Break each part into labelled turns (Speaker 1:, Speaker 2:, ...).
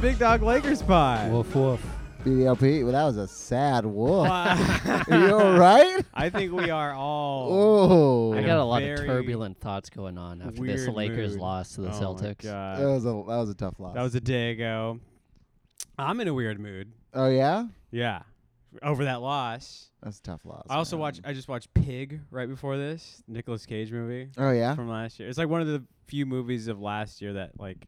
Speaker 1: Big Dog Lakers pod.
Speaker 2: Woof woof.
Speaker 3: BDLP. Well, that was a sad wolf.
Speaker 1: Wow.
Speaker 3: Are you all right?
Speaker 1: I think we are all.
Speaker 3: Oh,
Speaker 2: I
Speaker 1: In
Speaker 3: that
Speaker 1: a
Speaker 2: got a lot of
Speaker 1: very
Speaker 2: turbulent thoughts going on after this
Speaker 1: weird
Speaker 2: Lakers
Speaker 1: mood.
Speaker 2: loss to the
Speaker 1: Oh my
Speaker 2: Celtics.
Speaker 1: God.
Speaker 3: was a that was a tough loss.
Speaker 1: That was a day ago. I'm in a weird mood.
Speaker 3: oh yeah,
Speaker 1: Yeah. Over that loss.
Speaker 3: that's a tough loss.
Speaker 1: I also
Speaker 3: man.
Speaker 1: watched I just watched Pig right before this, Nicolas Cage movie
Speaker 3: Oh yeah.
Speaker 1: from last year. It's like one of the few movies of last year that like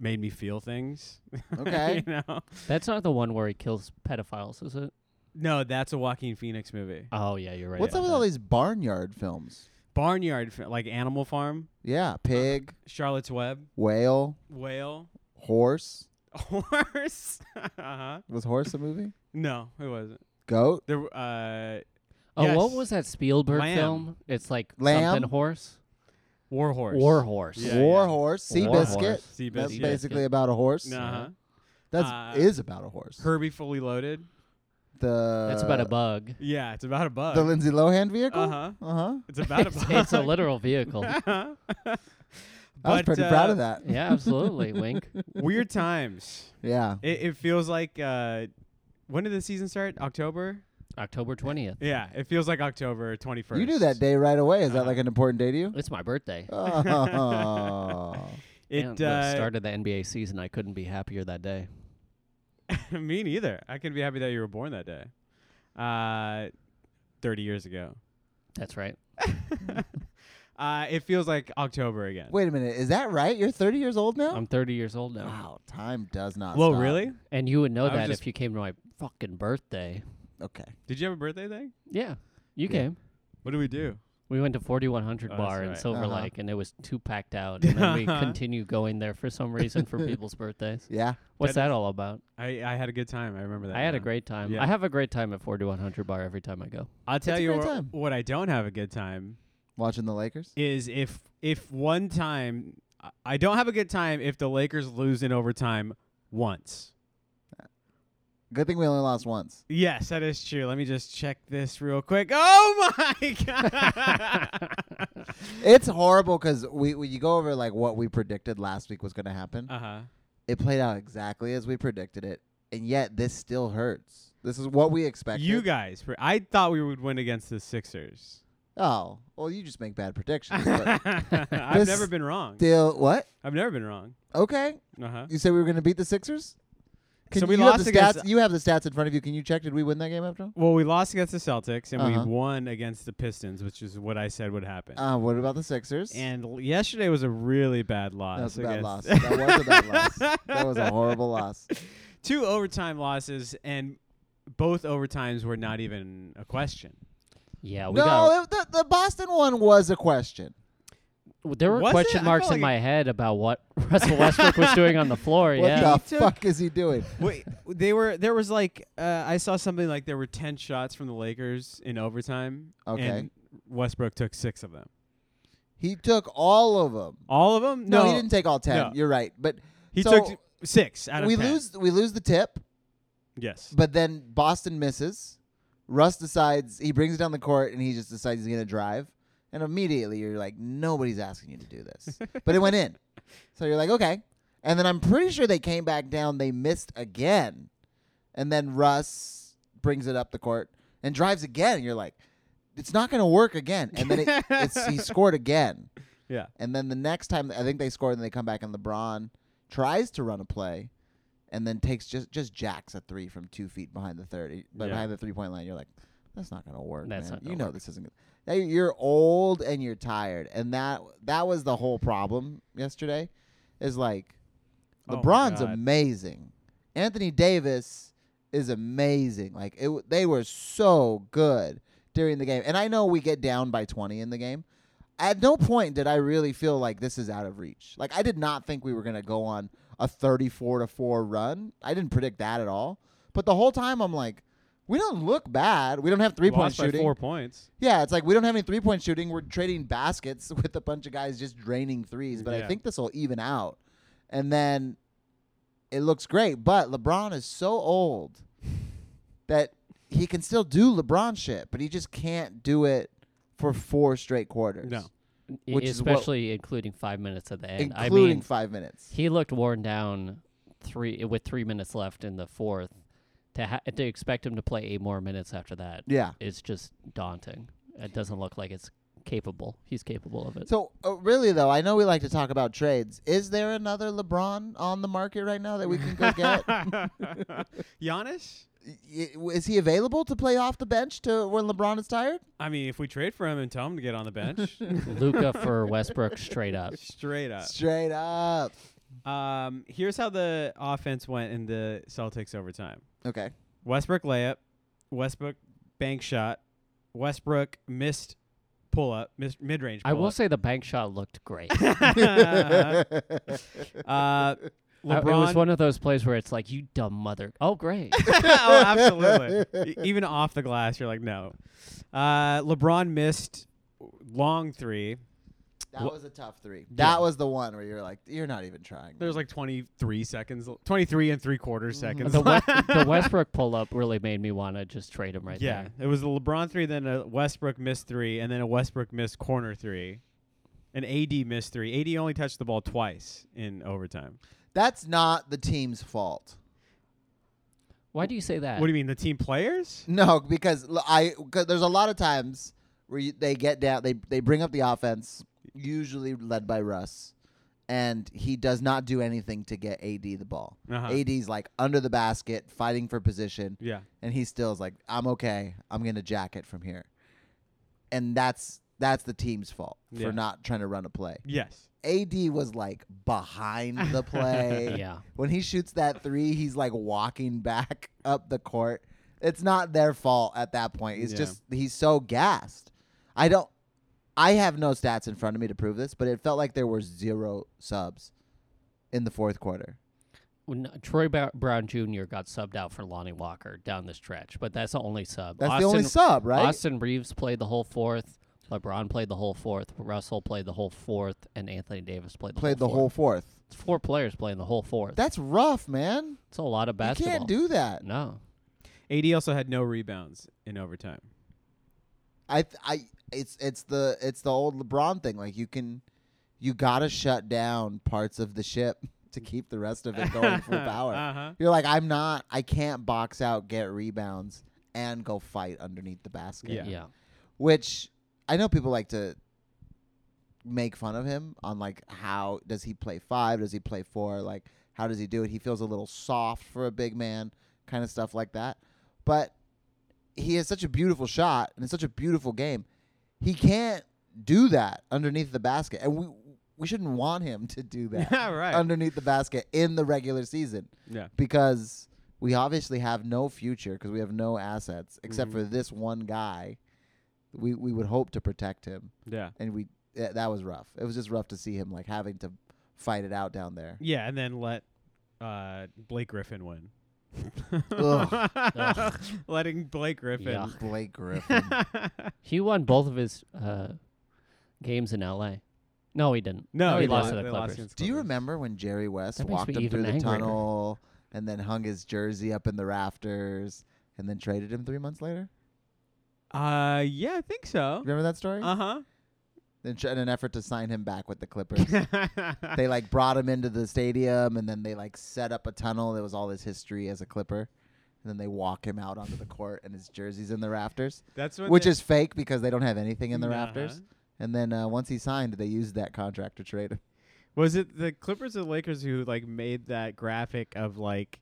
Speaker 1: made me feel things.
Speaker 3: Okay.
Speaker 1: you know?
Speaker 2: That's not the one where he kills pedophiles, is it?
Speaker 1: No, that's a Joaquin Phoenix movie.
Speaker 2: Oh yeah, you're right.
Speaker 3: What's up
Speaker 2: about
Speaker 3: with all
Speaker 2: that.
Speaker 3: these barnyard films?
Speaker 1: Barnyard fi- like Animal Farm,
Speaker 3: Yeah, pig,
Speaker 1: Charlotte's Web,
Speaker 3: whale,
Speaker 1: Whale,
Speaker 3: horse.
Speaker 1: Horse. uh-huh.
Speaker 3: Was horse a movie?
Speaker 1: No, it wasn't.
Speaker 3: Goat,
Speaker 1: There w- uh
Speaker 2: Oh, what
Speaker 1: Yes.
Speaker 2: was that Spielberg
Speaker 1: Lamb.
Speaker 2: film? It's like
Speaker 3: Lamb?
Speaker 2: something horse.
Speaker 1: War Horse.
Speaker 2: War horse.
Speaker 1: Yeah,
Speaker 3: war
Speaker 1: yeah.
Speaker 3: horse, sea
Speaker 2: War
Speaker 3: biscuit.
Speaker 2: horse.
Speaker 1: Sea
Speaker 3: That's
Speaker 2: Seabiscuit.
Speaker 3: basically about a horse.
Speaker 1: Uh-huh.
Speaker 3: That's
Speaker 1: Uh,
Speaker 3: is about a horse.
Speaker 1: Herbie Fully Loaded.
Speaker 3: the
Speaker 2: That's about a bug.
Speaker 1: Yeah, it's about a bug.
Speaker 3: The Lindsay Lohan vehicle.
Speaker 1: uh huh.
Speaker 3: Uh-huh.
Speaker 1: It's about a
Speaker 2: it's,
Speaker 1: bug.
Speaker 2: it's a literal vehicle.
Speaker 3: I was
Speaker 1: But,
Speaker 3: pretty
Speaker 1: uh,
Speaker 3: proud of that.
Speaker 2: yeah, absolutely. Wink.
Speaker 1: Weird times.
Speaker 3: Yeah.
Speaker 1: It, it feels like uh, when did the season start? October.
Speaker 2: October twentieth.
Speaker 1: Yeah, it feels like October twenty first. Uh-huh.
Speaker 3: You do that day right away. Is that like an important day to you?
Speaker 2: It's my birthday.
Speaker 3: Oh.
Speaker 2: and
Speaker 1: It
Speaker 2: the
Speaker 1: uh,
Speaker 2: start of the NBA season. I couldn't be happier that day.
Speaker 1: me neither. I can be happy that you were born that day. Uh, thirty years ago.
Speaker 2: That's right.
Speaker 1: Uh, it feels like October again.
Speaker 3: Wait a minute. Is that right? You're 30 years old now?
Speaker 2: I'm 30 years old now,
Speaker 3: wow. Time does not
Speaker 1: Whoa,
Speaker 3: stop.
Speaker 1: really?
Speaker 2: and you would know
Speaker 1: I was
Speaker 2: that
Speaker 1: just-
Speaker 2: if you came to my fucking birthday.
Speaker 3: Okay.
Speaker 1: Did you have a birthday thing?
Speaker 2: Yeah, you
Speaker 3: Yeah.
Speaker 2: came.
Speaker 1: What do we do?
Speaker 2: We went to 4100
Speaker 1: Oh, that's
Speaker 2: Bar in
Speaker 1: right.
Speaker 2: Silver
Speaker 3: Uh-huh.
Speaker 2: Lake, and it was too packed out. And then we continue going there for some reason for people's birthdays.
Speaker 3: Yeah.
Speaker 2: What's
Speaker 1: That
Speaker 2: that, all about?
Speaker 1: I, I had a good time. I remember that.
Speaker 2: I had a
Speaker 1: now.
Speaker 2: great time.
Speaker 1: Yeah.
Speaker 2: I have a great time at 4100 Bar every time I go.
Speaker 1: I'll tell
Speaker 3: That's a
Speaker 1: you
Speaker 3: great
Speaker 1: wh-
Speaker 3: time.
Speaker 1: what I don't have a good time
Speaker 3: Watching the Lakers?
Speaker 1: is if if one time I- I don't have a good time if the Lakers lose in overtime once.
Speaker 3: Good thing we only lost once.
Speaker 1: Yes, that is true. Let me just check this real quick. Oh my god.
Speaker 3: It's horrible because we, we you go over like what we predicted last week was going to happen.
Speaker 1: uh-huh.
Speaker 3: It played out exactly as we predicted it, and yet this still hurts. This is what we expected.
Speaker 1: You guys, were- I thought we would win against the Sixers.
Speaker 3: oh well, you just make bad predictions. but
Speaker 1: I've
Speaker 3: This-
Speaker 1: never been wrong.
Speaker 3: still, what?
Speaker 1: I've never been wrong.
Speaker 3: Okay,
Speaker 1: Uh-huh.
Speaker 3: you said we were going to beat the Sixers. Can
Speaker 1: So
Speaker 3: you,
Speaker 1: we
Speaker 3: you
Speaker 1: lost
Speaker 3: have the
Speaker 1: against-
Speaker 3: stats. You have the stats in front of you. Can you check? Did we win that game after all?
Speaker 1: Well, we lost against the Celtics and
Speaker 3: Uh-huh.
Speaker 1: we won against the Pistons, which is what I said would happen.
Speaker 3: Uh, what about the Sixers?
Speaker 1: and l- yesterday was a really bad loss.
Speaker 3: that was a bad
Speaker 1: against-
Speaker 3: loss. That was a bad loss. That was a horrible loss.
Speaker 1: two overtime losses, and both overtimes were not even a question.
Speaker 2: Yeah, we got.
Speaker 3: No, it, the, the Boston one was a question.
Speaker 2: w- There were
Speaker 1: Was it?
Speaker 2: question
Speaker 1: I
Speaker 2: marks
Speaker 1: felt
Speaker 2: in
Speaker 1: like
Speaker 2: my head about what Russell Westbrook was doing on the floor.
Speaker 3: What
Speaker 2: yeah,
Speaker 1: He
Speaker 3: the
Speaker 1: took-
Speaker 3: fuck is he doing?
Speaker 1: Wait, they were there was like uh, I saw something like there were ten shots from the Lakers in overtime.
Speaker 3: Okay.
Speaker 1: and Westbrook took six of them.
Speaker 3: He took all of them.
Speaker 1: All of them?
Speaker 3: No, he didn't take all ten.
Speaker 1: No.
Speaker 3: You're right, but
Speaker 1: He
Speaker 3: So,
Speaker 1: took s- six out of
Speaker 3: we
Speaker 1: 10.
Speaker 3: lose. We lose the tip,
Speaker 1: Yes.
Speaker 3: but then Boston misses. Russ decides he brings it down the court, and he just decides he's gonna drive. And immediately you're like, nobody's asking you to do this, but it went in. So you're like, okay. And then I'm pretty sure they came back down. They missed again, and then Russ brings it up the court and drives again. And you're like, it's not gonna work again. And then it, it's, he scored again.
Speaker 1: Yeah.
Speaker 3: And then the next time, I think they score, and they come back, and LeBron tries to run a play, and then takes just just jacks a three from two feet behind the thirty, but
Speaker 1: Yeah.
Speaker 3: behind the three point line. You're like, that's not gonna work.
Speaker 2: That's
Speaker 3: man.
Speaker 2: not
Speaker 3: you
Speaker 2: gonna
Speaker 3: know this isn't. Gonna, now you're old and you're tired, and that that was the whole problem yesterday. Is like,
Speaker 1: Oh my
Speaker 3: LeBron's
Speaker 1: God.
Speaker 3: amazing. Anthony Davis is amazing. Like it, w- they were so good during the game. And I know we get down by 20 in the game. At no point did I really feel like this is out of reach. Like I did not think we were going to go on a 34 to 4 run. I didn't predict that at all. But the whole time I'm like, we don't look bad. We don't have three-point
Speaker 1: Lost by
Speaker 3: shooting.
Speaker 1: four points.
Speaker 3: Yeah, it's like we don't have any three point shooting. We're trading baskets with a bunch of guys just draining threes, but
Speaker 1: Yeah.
Speaker 3: I think this will even out. And then it looks great, but LeBron is so old that he can still do LeBron shit, but he just can't do it for four straight quarters.
Speaker 1: No.
Speaker 2: E-
Speaker 3: Which is what-
Speaker 2: especially including five minutes at the end. I
Speaker 3: Including
Speaker 2: mean,
Speaker 3: five minutes.
Speaker 2: he looked worn down three with three minutes left in the fourth, to ha- to expect him to play eight more minutes after that
Speaker 3: Yeah.
Speaker 2: is just daunting. It doesn't look like it's capable. He's capable of it.
Speaker 3: So uh, really though, I know we like to talk about trades. Is there another LeBron on the market right now that we can go get? Y-
Speaker 1: Giannis?
Speaker 3: y- Is he available to play off the bench to when LeBron is tired?
Speaker 1: I mean, if we trade for him and tell him to get on the bench,
Speaker 2: Luca for Westbrook straight up.
Speaker 1: straight up.
Speaker 3: Straight up.
Speaker 1: Um, here's how the offense went in the Celtics overtime.
Speaker 3: Okay.
Speaker 1: Westbrook layup, Westbrook bank shot, Westbrook missed pull up, missed mid range.
Speaker 2: I will say the bank shot looked great.
Speaker 1: uh, LeBron.
Speaker 2: Uh, It was one of those plays where it's like, you dumb mother. Oh, great.
Speaker 1: oh, absolutely. E- Even off the glass, you're like, no. Uh, LeBron missed long three.
Speaker 3: That
Speaker 2: Wha-
Speaker 3: was a tough three.
Speaker 1: Yeah.
Speaker 3: That was the one where you're like, you're not even trying.
Speaker 1: There's
Speaker 3: man."
Speaker 1: like 23 seconds, l- 23 and three quarter seconds.
Speaker 2: the,
Speaker 1: left.
Speaker 2: Wes- the Westbrook pull up really made me want to just trade him right
Speaker 1: yeah,
Speaker 2: there.
Speaker 1: it was a LeBron three, then a Westbrook missed three, and then a Westbrook missed corner three. And AD missed three. AD only touched the ball twice in overtime.
Speaker 3: that's not the team's fault.
Speaker 2: Why do you say that?
Speaker 1: What do you mean, the team players?
Speaker 3: No, because l- I cause there's a lot of times where you, they get down, they they bring up the offense, usually led by Russ, and he does not do anything to get AD the ball.
Speaker 1: Uh-huh.
Speaker 3: AD's like under the basket, fighting for position,
Speaker 1: Yeah.
Speaker 3: and he still is like, "I'm okay. I'm gonna jack it from here," and that's that's the team's fault
Speaker 1: Yeah.
Speaker 3: for not trying to run a play.
Speaker 1: Yes.
Speaker 3: AD was like behind the play.
Speaker 2: Yeah.
Speaker 3: When he shoots that three, he's like walking back up the court. It's not their fault at that point. It's
Speaker 1: Yeah.
Speaker 3: just he's so gassed. I don't I have no stats in front of me to prove this, but it felt like there were zero subs in the fourth quarter.
Speaker 2: When uh, Troy Ba- Brown Jr. got subbed out for Lonnie Walker down the stretch, but that's the only sub.
Speaker 3: That's
Speaker 2: Austin,
Speaker 3: the only sub, right?
Speaker 2: Austin Reeves played the whole fourth. LeBron played the whole fourth. Russell played the whole fourth, and Anthony Davis played the
Speaker 3: Played the
Speaker 2: whole
Speaker 3: whole
Speaker 2: fourth.
Speaker 3: fourth.
Speaker 2: It's four players playing the whole fourth.
Speaker 3: That's rough, man.
Speaker 2: It's a lot of basketball.
Speaker 3: You can't do that.
Speaker 2: No.
Speaker 1: AD also had no rebounds in overtime.
Speaker 3: I th- I it's it's the it's the old LeBron thing. Like you can you gotta shut down parts of the ship to keep the rest of it going full power.
Speaker 1: Uh-huh.
Speaker 3: You're like, I'm not I can't box out, get rebounds, and go fight underneath the basket.
Speaker 1: Yeah.
Speaker 2: Yeah.
Speaker 3: Which I know people like to make fun of him on like how does he play five? Does he play four? Like how does he do it? He feels a little soft for a big man, kind of stuff like that. But he has such a beautiful shot and it's such a beautiful game. He can't do that underneath the basket, and we we shouldn't want him to do that
Speaker 1: Yeah, right.
Speaker 3: underneath the basket in the regular season
Speaker 1: yeah.
Speaker 3: because we obviously have no future because we have no assets except for this one guy. We we would hope to protect him,
Speaker 1: Yeah.
Speaker 3: and we eh, that was rough. It was just rough to see him like having to fight it out down there.
Speaker 1: Yeah, and then let uh, Blake Griffin win.
Speaker 3: Ugh.
Speaker 2: Ugh.
Speaker 1: Letting Blake Griffin.
Speaker 2: Yuck.
Speaker 3: Blake Griffin.
Speaker 2: He won both of his uh, games in L.A. No, he didn't.
Speaker 1: no,
Speaker 2: he,
Speaker 1: he
Speaker 2: lost to
Speaker 1: didn't. They
Speaker 2: the
Speaker 1: lost
Speaker 2: Clippers.
Speaker 1: against
Speaker 3: Do you
Speaker 1: Clippers.
Speaker 3: remember when Jerry West
Speaker 2: That makes
Speaker 3: walked
Speaker 2: me
Speaker 3: him through
Speaker 2: even
Speaker 3: the
Speaker 2: angrier.
Speaker 3: tunnel and then hung his jersey up in the rafters and then traded him three months later?
Speaker 1: Uh, yeah, I think so.
Speaker 3: Remember that story?
Speaker 1: Uh
Speaker 3: In, tr- in an effort to sign him back with the Clippers.
Speaker 1: huh.
Speaker 3: they like brought him into the stadium and then they like set up a tunnel. There was all his history as a Clipper. And then they walk him out onto the court and his jersey's in the rafters,
Speaker 1: That's when
Speaker 3: which
Speaker 1: they-
Speaker 3: is fake because they don't have anything in the
Speaker 1: Uh-huh.
Speaker 3: rafters. And then uh, once he signed, they used that contract to trade him.
Speaker 1: Was it the Clippers or Lakers who like made that graphic of like,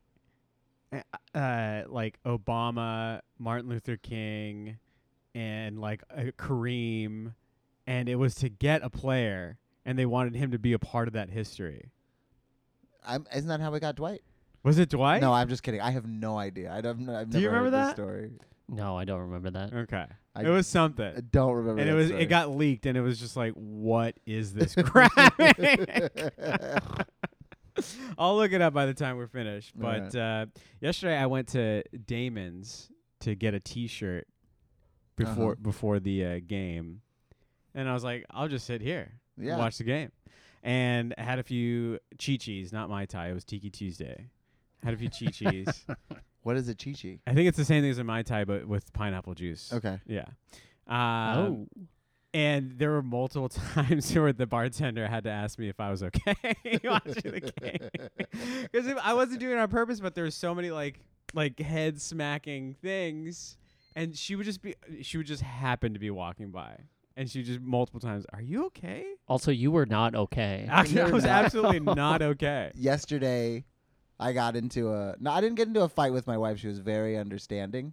Speaker 1: uh, uh, like Obama, Martin Luther King, and like uh, Kareem, and it was to get a player, and they wanted him to be a part of that history.
Speaker 3: I'm, isn't that how we got Dwight?
Speaker 1: Was it Dwight?
Speaker 3: No, I'm just kidding. I have no idea. I don't. I've
Speaker 1: Do you
Speaker 3: never heard
Speaker 1: remember
Speaker 3: this
Speaker 1: that?
Speaker 3: story.
Speaker 2: No, I don't remember that.
Speaker 1: Okay.
Speaker 3: I
Speaker 1: it was
Speaker 3: I
Speaker 1: something,
Speaker 3: don't remember.
Speaker 1: and it
Speaker 3: that
Speaker 1: was
Speaker 3: story.
Speaker 1: it got leaked, and it was just like, what is this graphic? I'll look it up by the time we're finished.
Speaker 3: All right.
Speaker 1: But uh, yesterday I went to Damon's to get a T-shirt before
Speaker 3: Uh-huh.
Speaker 1: before the uh, game, and I was like, I'll just sit here, and
Speaker 3: Yeah.
Speaker 1: watch the game, and I had a few chichis, not my Thai. It was Tiki Tuesday. Had a few chichis.
Speaker 3: What is a chi chi?
Speaker 1: I think it's the same thing as a mai tai, but with pineapple juice.
Speaker 3: Okay.
Speaker 1: Yeah. Um,
Speaker 2: oh,
Speaker 1: And there were multiple times where the bartender had to ask me if I was okay watching the game because I wasn't doing it on purpose. But there was so many like like head smacking things, and she would just be she would just happen to be walking by, and she just multiple times, "Are you okay?"
Speaker 2: Also, you were not okay.
Speaker 1: I, I
Speaker 3: You're
Speaker 1: was
Speaker 3: not.
Speaker 1: absolutely not okay.
Speaker 3: yesterday I got into a no, I didn't get into a fight with my wife. She was very understanding,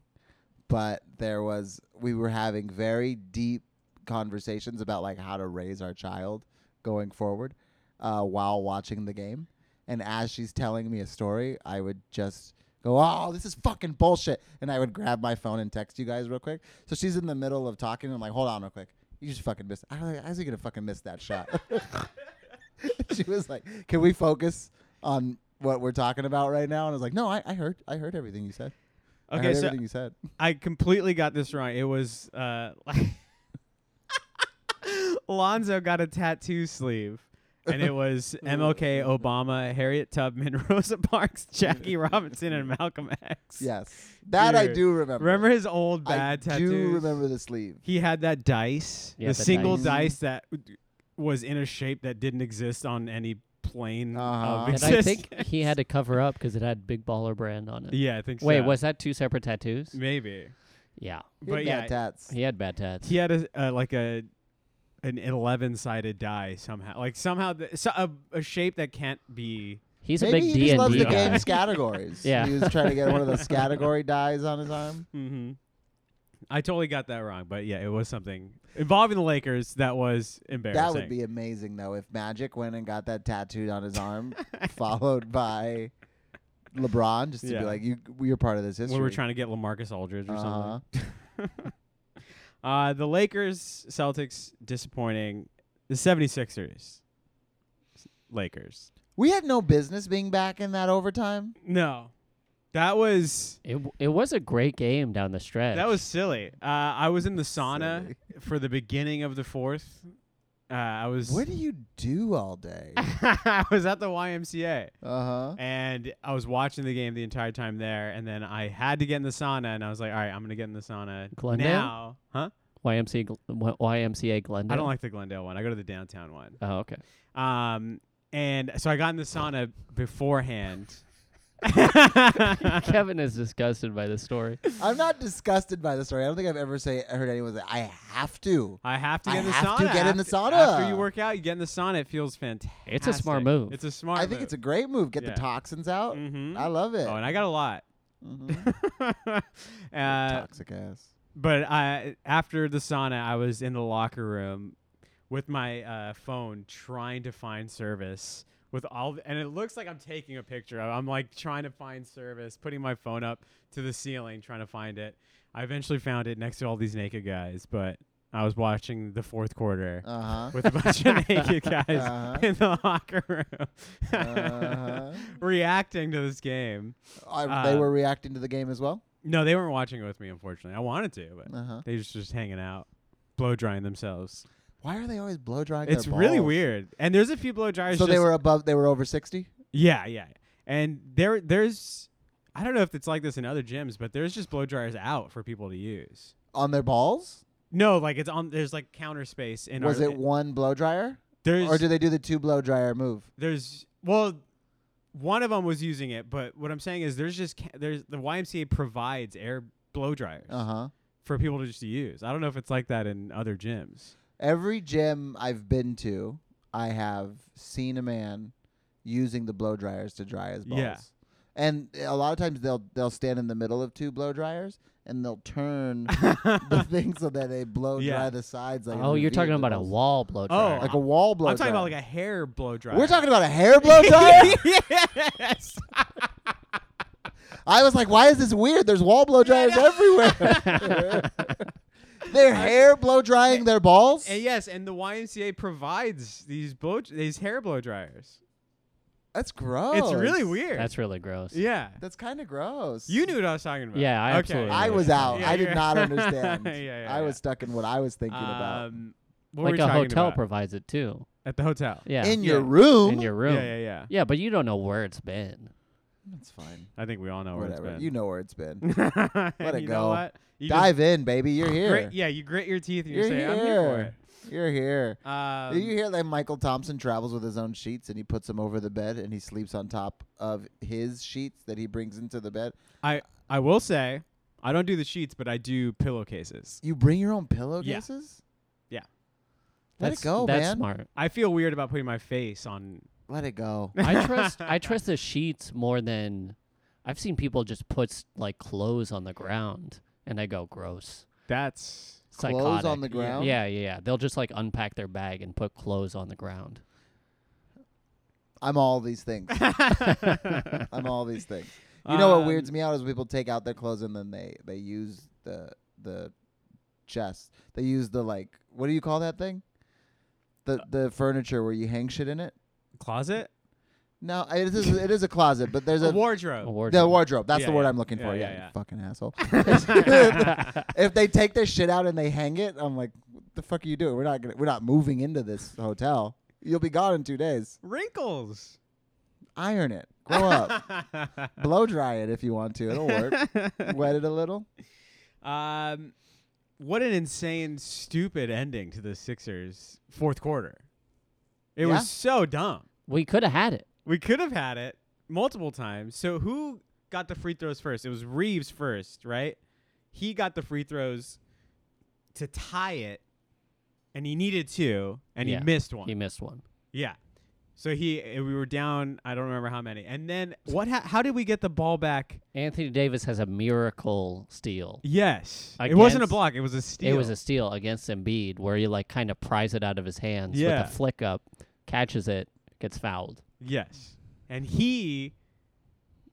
Speaker 3: but there was we were having very deep conversations about like how to raise our child going forward uh, while watching the game. And as she's telling me a story, I would just go, "Oh, this is fucking bullshit," and I would grab my phone and text you guys real quick. So she's in the middle of talking, and I'm like, "Hold on, real quick." You just fucking missed. How how's he gonna fucking miss that shot? she was like, "Can we focus on what we're talking about right now?" And I was like, "No, I, I heard, I heard everything you said. I
Speaker 1: Okay,
Speaker 3: heard
Speaker 1: so
Speaker 3: everything you said.
Speaker 1: I completely got this wrong. It was uh Lonzo got a tattoo sleeve. And it was MLK, Obama, Harriet Tubman, Rosa Parks, Jackie Robinson, and Malcolm X.
Speaker 3: Yes, that I
Speaker 1: Dude,
Speaker 3: do remember.
Speaker 1: Remember his old
Speaker 3: I
Speaker 1: bad tattoos?
Speaker 3: do remember the sleeve.
Speaker 1: He had that dice,
Speaker 2: Yeah,
Speaker 1: the,
Speaker 2: the
Speaker 1: single
Speaker 2: dice.
Speaker 1: dice. that w- was in a shape that didn't exist on any plane
Speaker 3: Uh-huh.
Speaker 1: of
Speaker 2: And
Speaker 1: existence.
Speaker 2: I think he had to cover up because it had Big Baller Brand on it.
Speaker 1: yeah, I think
Speaker 2: Wait,
Speaker 1: so.
Speaker 2: was that two separate tattoos?
Speaker 1: maybe,
Speaker 2: Yeah.
Speaker 3: He had
Speaker 1: but yeah,
Speaker 3: bad tats.
Speaker 2: He had bad tats.
Speaker 1: he had a uh, like a an eleven sided die somehow, like somehow th- so, a, a shape that can't be.
Speaker 2: He's
Speaker 3: Maybe
Speaker 2: a big
Speaker 3: he
Speaker 2: D
Speaker 3: just
Speaker 2: and
Speaker 3: loves
Speaker 2: D
Speaker 3: the
Speaker 2: guy.
Speaker 3: game's categories.
Speaker 2: Yeah.
Speaker 3: he was trying to get one of those category dies on his arm.
Speaker 1: Mm-hmm. I totally got that wrong, but yeah, it was something involving the Lakers that was embarrassing.
Speaker 3: That would be amazing though if Magic went and got that tattooed on his arm, followed by LeBron, just to
Speaker 1: Yeah.
Speaker 3: be like, "You, you're part of this history."
Speaker 1: when we were trying to get Lamarcus Aldridge or
Speaker 3: Uh-huh.
Speaker 1: something. uh, the Lakers, Celtics, disappointing. The 76ers, Lakers.
Speaker 3: We had no business being back in that overtime.
Speaker 1: No, that was
Speaker 2: It, w- it was a great game down the stretch.
Speaker 1: that was silly. Uh, I was in the sauna
Speaker 3: Silly.
Speaker 1: for the beginning of the fourth. Uh, I was
Speaker 3: What do you do all day?
Speaker 1: I was at the YMCA Uh-huh.
Speaker 3: Uh huh.
Speaker 1: and I was watching the game the entire time there. And then I had to get in the sauna, and I was like, "All right, I'm gonna get in the sauna
Speaker 2: Glendale?
Speaker 1: now." Huh?
Speaker 2: YMCA, Gl- Y- YMCA Glendale.
Speaker 1: I don't like the Glendale one. I go to the downtown one.
Speaker 2: Oh, okay.
Speaker 1: Um, and so I got in the sauna beforehand.
Speaker 2: Kevin is disgusted by this story.
Speaker 3: I'm not disgusted by the story. I don't think I've ever say heard anyone say I have to.
Speaker 1: I have to
Speaker 3: I
Speaker 1: get in the
Speaker 3: have
Speaker 1: sauna.
Speaker 3: to get in
Speaker 1: after-
Speaker 3: the sauna.
Speaker 1: after you work out. You get in the sauna. It feels fantastic.
Speaker 2: It's a smart move.
Speaker 1: It's a smart.
Speaker 3: I think it's a great move. Get
Speaker 1: Yeah.
Speaker 3: the toxins out.
Speaker 1: Mm-hmm.
Speaker 3: I love it.
Speaker 1: Oh, and I got a lot.
Speaker 3: Mhm.
Speaker 1: uh,
Speaker 3: Toxic ass.
Speaker 1: but I after the sauna, I was in the locker room with my uh, phone trying to find service with all and it looks like I'm taking a picture. of I'm like trying to find service, putting my phone up to the ceiling trying to find it. I eventually found it next to all these naked guys, but I was watching the fourth quarter
Speaker 3: Uh huh.
Speaker 1: with a bunch of naked guys
Speaker 3: Uh-huh.
Speaker 1: in the locker room
Speaker 3: Uh-huh.
Speaker 1: reacting to this game.
Speaker 3: they
Speaker 1: Uh,
Speaker 3: were reacting to the game as well.
Speaker 1: No, they weren't watching it with me unfortunately. I wanted to, but
Speaker 3: Uh huh.
Speaker 1: they just just hanging out, blow drying themselves.
Speaker 3: Why are they always blow drying?
Speaker 1: it's
Speaker 3: their
Speaker 1: really
Speaker 3: balls?
Speaker 1: weird. And there's a few blow dryers.
Speaker 3: So they
Speaker 1: just-
Speaker 3: were above. They were over sixty.
Speaker 1: Yeah, yeah. And there, there's. I don't know if it's like this in other gyms, but there's just blow dryers out for people to use.
Speaker 3: on their balls?
Speaker 1: No, like it's on. There's like counter space in
Speaker 3: was
Speaker 1: our.
Speaker 3: it one blow dryer,
Speaker 1: There's
Speaker 3: or do they do the two blow dryer move?
Speaker 1: there's well, one of them was using it, but what I'm saying is there's just ca- there's the YMCA provides air blow dryers
Speaker 3: Uh huh.
Speaker 1: for people to just use. I don't know if it's like that in other gyms.
Speaker 3: Every gym I've been to, I have seen a man using the blow dryers to dry his balls.
Speaker 1: Yeah.
Speaker 3: And a lot of times they'll they'll stand in the middle of two blow dryers and they'll turn the thing so that they blow
Speaker 1: Yeah.
Speaker 3: dry the sides. Like
Speaker 2: oh, you're
Speaker 3: reveal
Speaker 2: talking
Speaker 3: the Oh,
Speaker 2: about a
Speaker 3: balls.
Speaker 2: wall blow dryer.
Speaker 3: like a wall blow.
Speaker 1: I'm talking
Speaker 3: dryer.
Speaker 1: about like a hair blow dryer.
Speaker 3: We're talking about a hair blow dryer.
Speaker 1: yes.
Speaker 3: I was like, why is this weird? There's wall blow dryers everywhere. Their hair blow drying their balls.
Speaker 1: And yes, and the YMCA provides these blow these hair blow dryers.
Speaker 3: That's gross.
Speaker 1: it's really weird.
Speaker 2: Oh, That's really gross.
Speaker 1: yeah.
Speaker 3: That's kind of gross.
Speaker 1: You knew what I was talking about.
Speaker 2: Yeah, I
Speaker 1: okay.
Speaker 2: absolutely
Speaker 3: I was out.
Speaker 1: Yeah,
Speaker 3: I did
Speaker 1: yeah.
Speaker 3: not understand.
Speaker 1: Yeah, yeah,
Speaker 3: I
Speaker 1: yeah.
Speaker 3: was stuck in what I was thinking about.
Speaker 1: Um, what were
Speaker 2: Like
Speaker 1: we
Speaker 2: a
Speaker 1: talking
Speaker 2: hotel
Speaker 1: about?
Speaker 2: provides it too.
Speaker 1: at the hotel.
Speaker 2: Yeah.
Speaker 3: in
Speaker 1: yeah.
Speaker 3: your room.
Speaker 2: In your room.
Speaker 1: Yeah, yeah, yeah.
Speaker 2: Yeah, but you don't know where it's been.
Speaker 3: That's fine.
Speaker 1: I think we all know
Speaker 3: Whatever.
Speaker 1: where it's been.
Speaker 3: You know where it's been.
Speaker 1: Let
Speaker 3: it
Speaker 1: you
Speaker 3: go.
Speaker 1: Know what? You just
Speaker 3: Dive in, baby. You're here.
Speaker 1: grit- yeah, you grit your teeth and you
Speaker 3: You're
Speaker 1: say, "I'm here for
Speaker 3: here.
Speaker 1: it."
Speaker 3: You're here.
Speaker 1: Um,
Speaker 3: Did you hear that Michael Thompson travels with his own sheets and he puts them over the bed and he sleeps on top of his sheets that he brings into the bed?
Speaker 1: I I will say I don't do the sheets, but I do pillowcases.
Speaker 3: You bring your own pillowcases?
Speaker 1: Yeah.
Speaker 3: Let
Speaker 2: that's,
Speaker 3: it go,
Speaker 2: that's
Speaker 3: man.
Speaker 2: smart.
Speaker 1: I feel weird about putting my face on.
Speaker 3: Let it go.
Speaker 2: I trust I trust the sheets more than I've seen people just put s- like clothes on the ground and I go gross.
Speaker 1: That's
Speaker 2: Psychotic.
Speaker 3: Clothes on the
Speaker 1: Yeah.
Speaker 3: ground?
Speaker 2: Yeah, yeah, yeah. They'll just like unpack their bag and put clothes on the ground.
Speaker 3: I'm all these things.
Speaker 1: you
Speaker 3: I'm all these things. You know
Speaker 1: Um,
Speaker 3: what weirds me out is when people take out their clothes and then they they use the the chest. They use the like what do you call that thing? The the furniture where you hang shit in it.
Speaker 1: Closet,
Speaker 3: No, it is it is a closet, but there's
Speaker 1: a
Speaker 3: a,
Speaker 1: wardrobe.
Speaker 2: A wardrobe.
Speaker 3: the wardrobe. That's
Speaker 1: Yeah,
Speaker 3: the Oh. word
Speaker 1: yeah.
Speaker 3: I'm looking
Speaker 1: Yeah,
Speaker 3: for. Yeah,
Speaker 1: yeah,
Speaker 3: you
Speaker 1: yeah.
Speaker 3: fucking asshole. if they take their shit out and they hang it, I'm like, what the fuck are you doing? We're not gonna, we're not moving into this hotel. You'll be gone in two days.
Speaker 1: Wrinkles.
Speaker 3: Iron it. Grow up. Blow dry it if you want to. It'll work. Wet it a little.
Speaker 1: um, what an insane, stupid ending to the Sixers fourth quarter. It
Speaker 3: Yeah.
Speaker 1: was so dumb.
Speaker 2: we could have had it.
Speaker 1: We could have had it multiple times. So who got the free throws first? It was Reeves first, right? He got the free throws to tie it, and he needed two, and
Speaker 2: Yeah.
Speaker 1: he missed one.
Speaker 2: He missed one.
Speaker 1: yeah. So he eh, we were down. I don't remember how many. And then what? Ha- how did we get the ball back?
Speaker 2: Anthony Davis has a miracle steal.
Speaker 1: Yes, it wasn't a
Speaker 2: Against-
Speaker 1: block. It was a steal.
Speaker 2: It was a steal against Embiid where he like kind of pries it out of his hands
Speaker 1: Yeah.
Speaker 2: with a flick up, catches it, gets fouled.
Speaker 1: yes, and he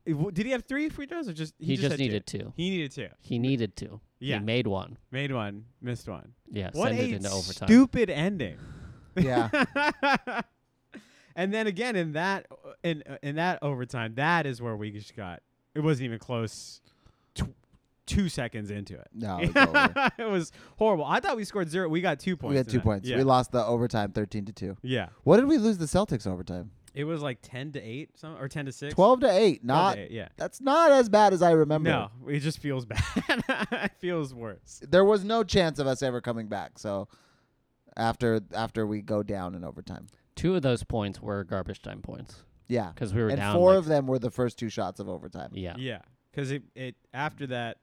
Speaker 1: eh, w- did he have three free throws or just he,
Speaker 2: He, just,
Speaker 1: had two?
Speaker 2: needed two.
Speaker 1: He needed two.
Speaker 2: He needed to.
Speaker 1: Yeah.
Speaker 2: He made one.
Speaker 1: Made one, missed one.
Speaker 2: Yeah.
Speaker 1: What
Speaker 2: send
Speaker 1: a
Speaker 2: it into overtime.
Speaker 1: stupid ending.
Speaker 3: Yeah.
Speaker 1: and then again in that eh, in in that overtime, that is where we just got. It wasn't even close. Tw- two seconds into it,
Speaker 3: No, it's over.
Speaker 1: it was horrible. I thought we scored zero. We got two points.
Speaker 3: we had
Speaker 1: in
Speaker 3: two
Speaker 1: that.
Speaker 3: points.
Speaker 1: Yeah.
Speaker 3: We lost the overtime, thirteen to two.
Speaker 1: yeah,
Speaker 3: What did we lose the Celtics overtime?
Speaker 1: it was like ten to eight, some or ten to six.
Speaker 3: Twelve to eight.
Speaker 1: 12
Speaker 3: Not.
Speaker 1: to eight, yeah.
Speaker 3: That's not as bad as I remember.
Speaker 1: No, it just feels bad. it feels worse.
Speaker 3: There was no chance of us ever coming back. So, after after we go down in overtime.
Speaker 2: Two of those points were garbage time points
Speaker 3: Yeah.
Speaker 2: because we were
Speaker 3: and
Speaker 2: down.
Speaker 3: four
Speaker 2: like-
Speaker 3: of them were the first two shots of overtime.
Speaker 2: yeah.
Speaker 1: Yeah, because it it after that.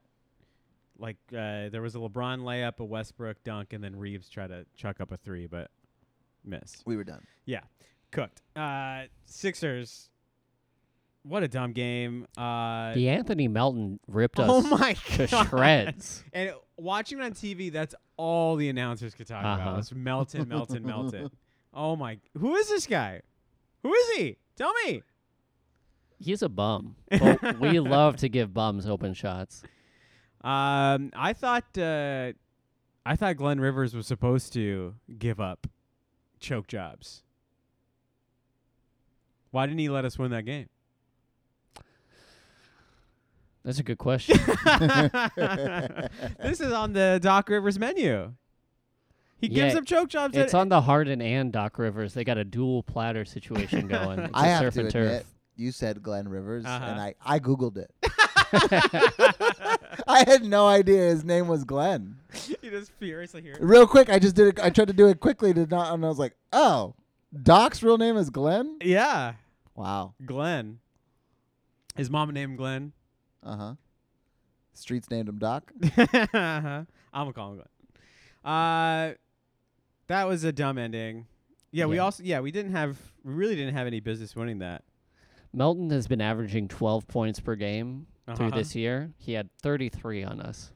Speaker 1: Like uh, there was a LeBron layup, a Westbrook dunk, and then Reeves tried to chuck up a three, but missed.
Speaker 3: We were done.
Speaker 1: cooked. Uh, Sixers. What a dumb game. Uh,
Speaker 2: The Anthony Melton ripped us
Speaker 1: oh my
Speaker 2: to
Speaker 1: god.
Speaker 2: shreds.
Speaker 1: And watching it on TV, that's all the announcers could talk
Speaker 2: Uh-huh.
Speaker 1: about. It's Melton, Melton, Melton. Oh my! Who is this guy? Who is he? Tell me.
Speaker 2: He's a bum. But we love to give bums open shots.
Speaker 1: Um, I thought uh, I thought Glenn Rivers was supposed to give up choke jobs. Why didn't he let us win that game?
Speaker 2: That's a good question.
Speaker 1: this is on the Doc Rivers menu. He gives
Speaker 2: Yeah,
Speaker 1: up choke jobs.
Speaker 2: it's
Speaker 1: at-
Speaker 2: on the Harden and Doc Rivers. They got a dual platter situation going. It's a
Speaker 3: I have
Speaker 2: surf
Speaker 3: to
Speaker 2: and
Speaker 3: admit,
Speaker 2: turf.
Speaker 3: you said Glenn Rivers, and
Speaker 1: Uh-huh.
Speaker 3: I, I Googled it. I had no idea his name was Glenn.
Speaker 1: you just furiously hear.
Speaker 3: Real quick, I just did it. I tried to do it quickly, did not, and I was like, oh, Doc's real name is Glenn?
Speaker 1: Yeah,
Speaker 3: Wow.
Speaker 1: Glenn. His mom named him Glenn.
Speaker 3: Uh huh. Streets named him Doc.
Speaker 1: I'm gonna call him Glenn. Uh, that was a dumb ending. Yeah, we
Speaker 2: Yeah.
Speaker 1: also yeah we didn't have we really didn't have any business winning that.
Speaker 2: Melton has been averaging 12 points per game through
Speaker 1: Uh-huh.
Speaker 2: this year. He had 33 on us.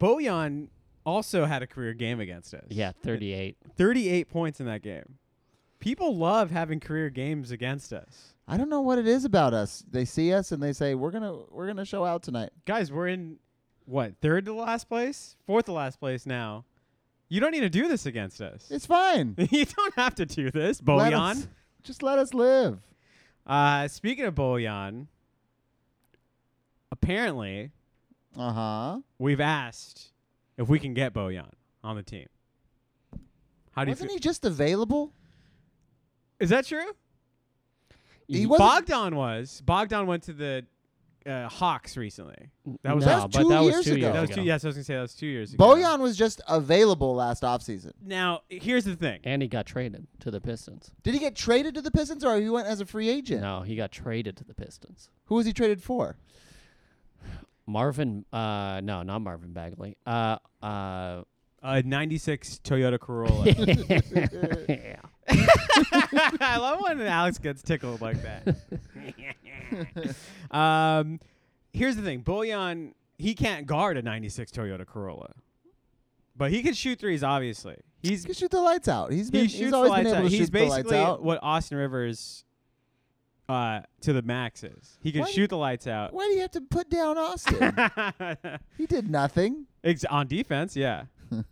Speaker 1: Bojan also had a career game against us.
Speaker 2: Yeah, 38.
Speaker 1: 38 points in that game. People love having career games against us.
Speaker 3: I don't know what it is about us. They see us and they say, we're going to we're gonna show out tonight.
Speaker 1: Guys, we're in what, third to last place? Fourth to last place now. You don't need to do this against us.
Speaker 3: It's fine.
Speaker 1: you don't have to do this,
Speaker 3: Let us-
Speaker 1: Bojan.
Speaker 3: Just let us live.
Speaker 1: Uh, speaking of Bojan, apparently
Speaker 3: Uh huh.
Speaker 1: we've asked if we can get Bojan on the team. How do you
Speaker 3: Wasn't
Speaker 1: feel?
Speaker 3: he just available?
Speaker 1: Is that true?
Speaker 3: He
Speaker 2: He-
Speaker 3: wasn't.
Speaker 1: Bogdan was. Bogdan went to the uh, Hawks recently. That
Speaker 2: That
Speaker 1: was
Speaker 2: was
Speaker 1: That's
Speaker 2: no, but
Speaker 3: two
Speaker 2: that
Speaker 3: years
Speaker 2: was two
Speaker 3: ago.
Speaker 2: years
Speaker 1: That was
Speaker 2: ago.
Speaker 1: two. Yes, I was gonna say that was two years ago.
Speaker 3: Bojan was just available last offseason.
Speaker 1: Now here's the thing.
Speaker 2: And he got traded to the Pistons.
Speaker 3: Did he get traded to the Pistons or he went as a free agent?
Speaker 2: No, he got traded to the Pistons.
Speaker 3: Who was he traded for?
Speaker 2: Marvin, uh, no, not Marvin Bagley. Uh, uh,
Speaker 1: A '96 Toyota Corolla.
Speaker 2: yeah.
Speaker 1: I love when Alex gets tickled like that. um, here's the thing, Bullion. He can't guard a '96 Toyota Corolla, but he can shoot threes. Obviously, he's
Speaker 3: He can shoot the lights out. He's been
Speaker 1: he shoots
Speaker 3: he's
Speaker 1: the
Speaker 3: always been
Speaker 1: lights
Speaker 3: able
Speaker 1: out.
Speaker 3: to
Speaker 1: He's
Speaker 3: shoot the lights
Speaker 1: basically
Speaker 3: out.
Speaker 1: what Austin Rivers, uh, to the max is. He can
Speaker 3: Why do-
Speaker 1: shoot the lights out.
Speaker 3: Why do you have to put down Austin? he did nothing.
Speaker 1: Ex- on defense, yeah.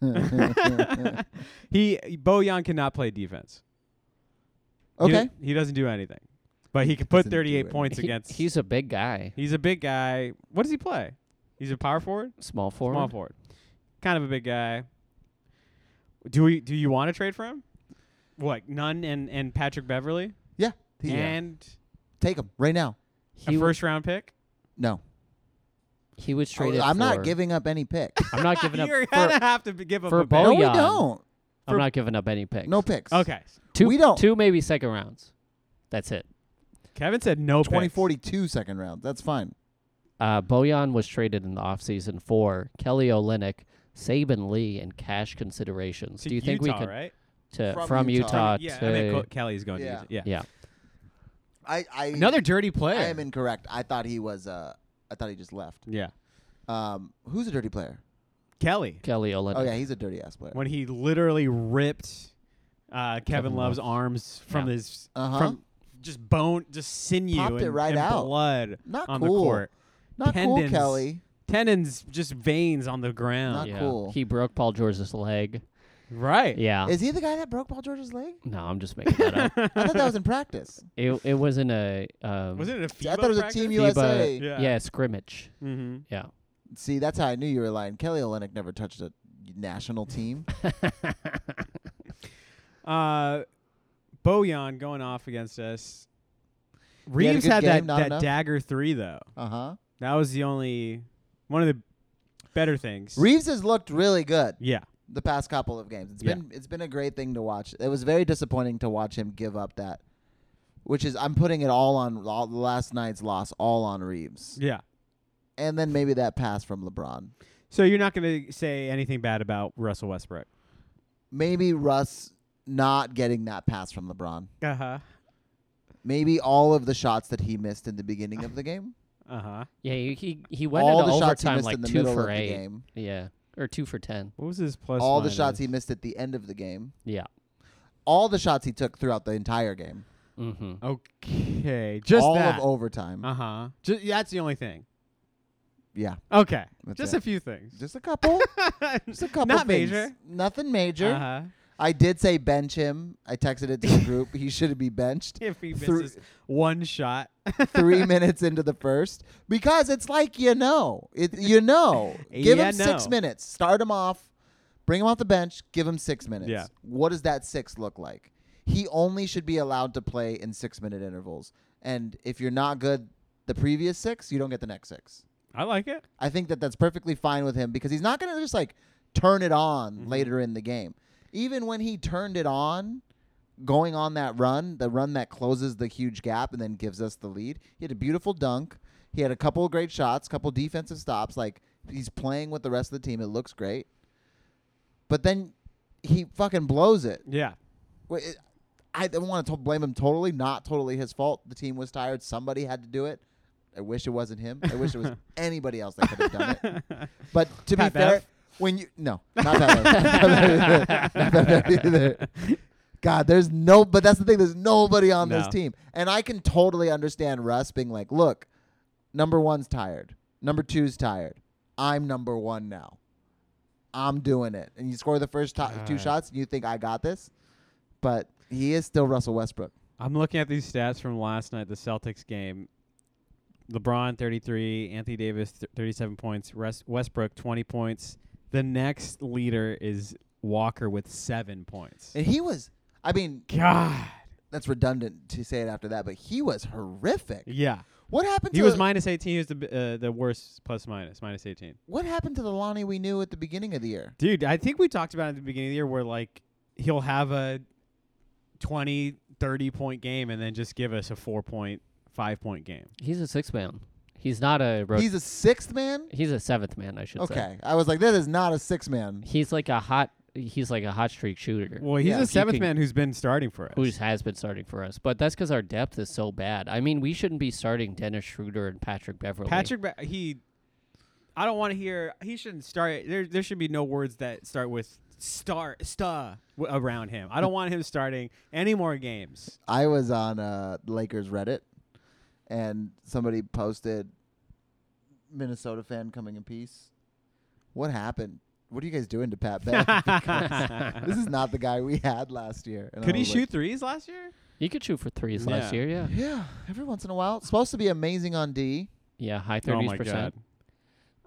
Speaker 1: he Bojan cannot play defense. He
Speaker 3: Okay.
Speaker 1: do- he doesn't do anything, but he can
Speaker 3: Doesn't
Speaker 1: put
Speaker 3: do
Speaker 1: 38
Speaker 3: anything.
Speaker 1: points
Speaker 2: He-
Speaker 1: against.
Speaker 2: he's a big guy,
Speaker 1: He's a big guy. What does he play? He's a power forward,
Speaker 2: small forward.
Speaker 1: small forward, kind of a big guy. Do we? Do you want to trade for him? What Nunn and and Patrick Beverly
Speaker 3: Yeah. He-
Speaker 1: and
Speaker 3: Take him right now.
Speaker 1: a
Speaker 2: He w-
Speaker 1: first round pick.
Speaker 3: No.
Speaker 2: He was traded.
Speaker 3: I'm
Speaker 2: for-
Speaker 3: not giving up any pick.
Speaker 2: I'm not giving up
Speaker 1: You're
Speaker 2: for,
Speaker 1: gonna have to b- give up
Speaker 2: for
Speaker 1: a pick.
Speaker 3: no, we
Speaker 2: Bojan.
Speaker 3: don't.
Speaker 2: I'm
Speaker 1: for-
Speaker 2: not giving up any picks.
Speaker 3: No picks.
Speaker 1: Okay,
Speaker 2: two.
Speaker 3: we don't-
Speaker 2: Two maybe second rounds. That's it.
Speaker 1: Kevin said no. picks.
Speaker 3: 2042 second round. That's fine.
Speaker 2: Uh, Bojan was traded in the offseason for Kelly Olynyk, Saban Lee, and cash considerations.
Speaker 1: To
Speaker 2: Do you think we
Speaker 1: Utah,
Speaker 2: could
Speaker 1: right?
Speaker 2: to
Speaker 3: From
Speaker 2: from,
Speaker 3: Utah.
Speaker 2: Utah,
Speaker 1: yeah,
Speaker 2: to
Speaker 1: I mean, Col- Kelly's going
Speaker 3: Yeah.
Speaker 1: to Utah. Yeah.
Speaker 2: yeah?
Speaker 3: I, I
Speaker 1: Another dirty player.
Speaker 3: I am incorrect. I thought he was uh I thought he just left.
Speaker 1: yeah.
Speaker 3: Um who's a dirty player?
Speaker 1: Kelly,
Speaker 2: Kelly Olynyk.
Speaker 3: Oh yeah, he's a dirty ass player.
Speaker 1: when he literally ripped uh, Kevin,
Speaker 2: Kevin Love.
Speaker 1: Love's arms from
Speaker 2: Yeah.
Speaker 1: his
Speaker 3: Uh-huh.
Speaker 1: from just bone, just sinew,
Speaker 3: Popped it
Speaker 1: and,
Speaker 3: right
Speaker 1: and
Speaker 3: out.
Speaker 1: blood
Speaker 3: Not
Speaker 1: on
Speaker 3: cool.
Speaker 1: the court,
Speaker 3: Not cool,
Speaker 1: tendons.
Speaker 3: Kelly.
Speaker 1: tendons, just veins on the
Speaker 3: Not
Speaker 1: ground.
Speaker 2: Yeah.
Speaker 3: cool.
Speaker 2: He broke Paul George's leg.
Speaker 1: Right.
Speaker 2: Yeah.
Speaker 3: Is he the guy that broke Paul George's leg?
Speaker 2: no, I'm just making that up.
Speaker 3: I thought that was in practice.
Speaker 2: It it wasn't a um,
Speaker 1: Was it a
Speaker 3: I thought it was a Team
Speaker 2: FIBA
Speaker 3: USA.
Speaker 2: yeah. scrimmage.
Speaker 1: Mm-hmm.
Speaker 2: Yeah.
Speaker 3: See, that's how I knew you were lying. Kelly Olynyk never touched a national team.
Speaker 1: Uh, Bojan going off against us.
Speaker 3: He had a
Speaker 1: Reeves
Speaker 3: good
Speaker 1: had,
Speaker 3: game, not
Speaker 1: that, that
Speaker 3: enough.
Speaker 1: dagger three though.
Speaker 3: Uh
Speaker 2: Uh-huh.
Speaker 3: huh.
Speaker 1: That was the only one of the better things.
Speaker 3: Reeves has looked really good
Speaker 1: yeah,
Speaker 3: the past couple of games. It's
Speaker 1: Yeah.
Speaker 3: been it's been a great thing to watch. It was very disappointing to watch him give up that, which is I'm putting it all on all, last night's loss, all on Reeves,
Speaker 1: yeah.
Speaker 3: and then maybe that pass from LeBron.
Speaker 1: So you're not going to say anything bad about Russell Westbrook.
Speaker 3: Maybe Russ not getting that pass from LeBron.
Speaker 1: Uh
Speaker 2: Uh-huh.
Speaker 1: huh.
Speaker 3: Maybe all of the shots that he missed in the beginning of the game.
Speaker 1: Uh huh.
Speaker 2: Yeah, he he, he went
Speaker 3: all
Speaker 2: into
Speaker 3: the shots he
Speaker 2: overtime
Speaker 3: missed
Speaker 2: like
Speaker 3: in the
Speaker 2: two
Speaker 3: middle
Speaker 2: for
Speaker 3: of
Speaker 2: eight.
Speaker 3: the game.
Speaker 2: Yeah. Or two for ten.
Speaker 1: What was his plus?
Speaker 3: all the
Speaker 1: minus?
Speaker 3: shots he missed at the end of the game.
Speaker 2: Yeah.
Speaker 3: All the shots he took throughout the entire game.
Speaker 2: Mm-hmm.
Speaker 1: Okay, just
Speaker 3: all
Speaker 1: that.
Speaker 3: of overtime.
Speaker 1: uh huh. Just that's the only thing.
Speaker 3: yeah,
Speaker 1: Okay,
Speaker 3: That's
Speaker 1: just
Speaker 3: it.
Speaker 1: a few things.
Speaker 3: just a couple. just a couple.
Speaker 1: Not
Speaker 3: things.
Speaker 1: major.
Speaker 3: Nothing major.
Speaker 1: Uh huh.
Speaker 3: I did say bench him. I texted it to the group. he should be benched
Speaker 1: If he
Speaker 3: Three-
Speaker 1: misses one shot,
Speaker 3: three minutes into the first because it's like you know, it you know. Give
Speaker 1: Yeah,
Speaker 3: him six
Speaker 1: no.
Speaker 3: minutes. Start him off. Bring him off the bench. Give him six minutes.
Speaker 1: Yeah.
Speaker 3: What does that six look like? He only should be allowed to play in six minute intervals. And if you're not good the previous six, you don't get the next six.
Speaker 1: I like it.
Speaker 3: I think that that's perfectly fine with him because he's not going to just like turn it on later in the game. Even when he turned it on, going on that run, the run that closes the huge gap and then gives us the lead, he had a beautiful dunk. He had a couple of great shots, couple defensive stops. Like he's playing with the rest of the team. It looks great. But then he fucking blows it.
Speaker 1: Yeah.
Speaker 3: Wait, it- I don't want to blame him totally. Not totally his fault. The team was tired. Somebody had to do it. I wish it wasn't him. I wish it was anybody else that could have done it. But to
Speaker 1: Pat
Speaker 3: be fair,
Speaker 1: Bev?
Speaker 3: when you no, not that. not Pat Bev either. God, there's no. But that's the thing. There's nobody on this
Speaker 1: No.
Speaker 3: team, and I can totally understand Russ being like, "Look, number one's tired. Number two's tired. I'm number one now. I'm doing it." And you score the first to- two
Speaker 1: God.
Speaker 3: shots, and you think I got this, but he is still Russell Westbrook.
Speaker 1: I'm looking at these stats from last night, the Celtics game. LeBron 33, Anthony Davis th- 37 points, Res- Westbrook 20 points. The next leader is Walker with seven points.
Speaker 3: And he was. I mean,
Speaker 1: God.
Speaker 3: that's redundant to say it after that, but he was horrific.
Speaker 1: Yeah.
Speaker 3: What happened?
Speaker 1: He
Speaker 3: to
Speaker 1: was minus 18. He was the b- uh, the worst plus minus, minus 18.
Speaker 3: What happened to the Lonnie we knew at the beginning of the year?
Speaker 1: Dude, I think we talked about it at the beginning of the year where like he'll have a 20, 30 point game and then just give us a 4 point, 5 point game.
Speaker 2: He's a sixth man. He's not a. Ro- he's,
Speaker 3: He's a sixth man.
Speaker 2: a seventh man, I should say.
Speaker 3: Okay, I was like, that is not a six man.
Speaker 2: He's like a hot. He's like a hot streak shooter.
Speaker 1: Well, he's
Speaker 3: Yeah.
Speaker 1: a seventh
Speaker 2: You can-
Speaker 1: man who's been starting for us.
Speaker 2: Who just has been starting for us, but that's because our depth is so bad. I mean, we shouldn't be starting Dennis Schroeder and Patrick Beverly.
Speaker 1: Patrick, Ba- he, I don't want to hear. He shouldn't start. There, there should be no words that start with star, sta w- around him. I don't want him starting any more games.
Speaker 3: I was on uh, Lakers Reddit, and somebody posted Minnesota fan coming in peace. What happened? What are you guys doing to Pat Bev? Because this is not the guy we had last year. And I
Speaker 1: Could he
Speaker 3: was like,
Speaker 1: shoot threes last year?
Speaker 2: He could shoot for threes last
Speaker 1: Yeah.
Speaker 2: year. Yeah,
Speaker 3: Yeah, every once in a while. Supposed to be amazing on D.
Speaker 2: yeah, high
Speaker 1: Oh
Speaker 2: thirties percent.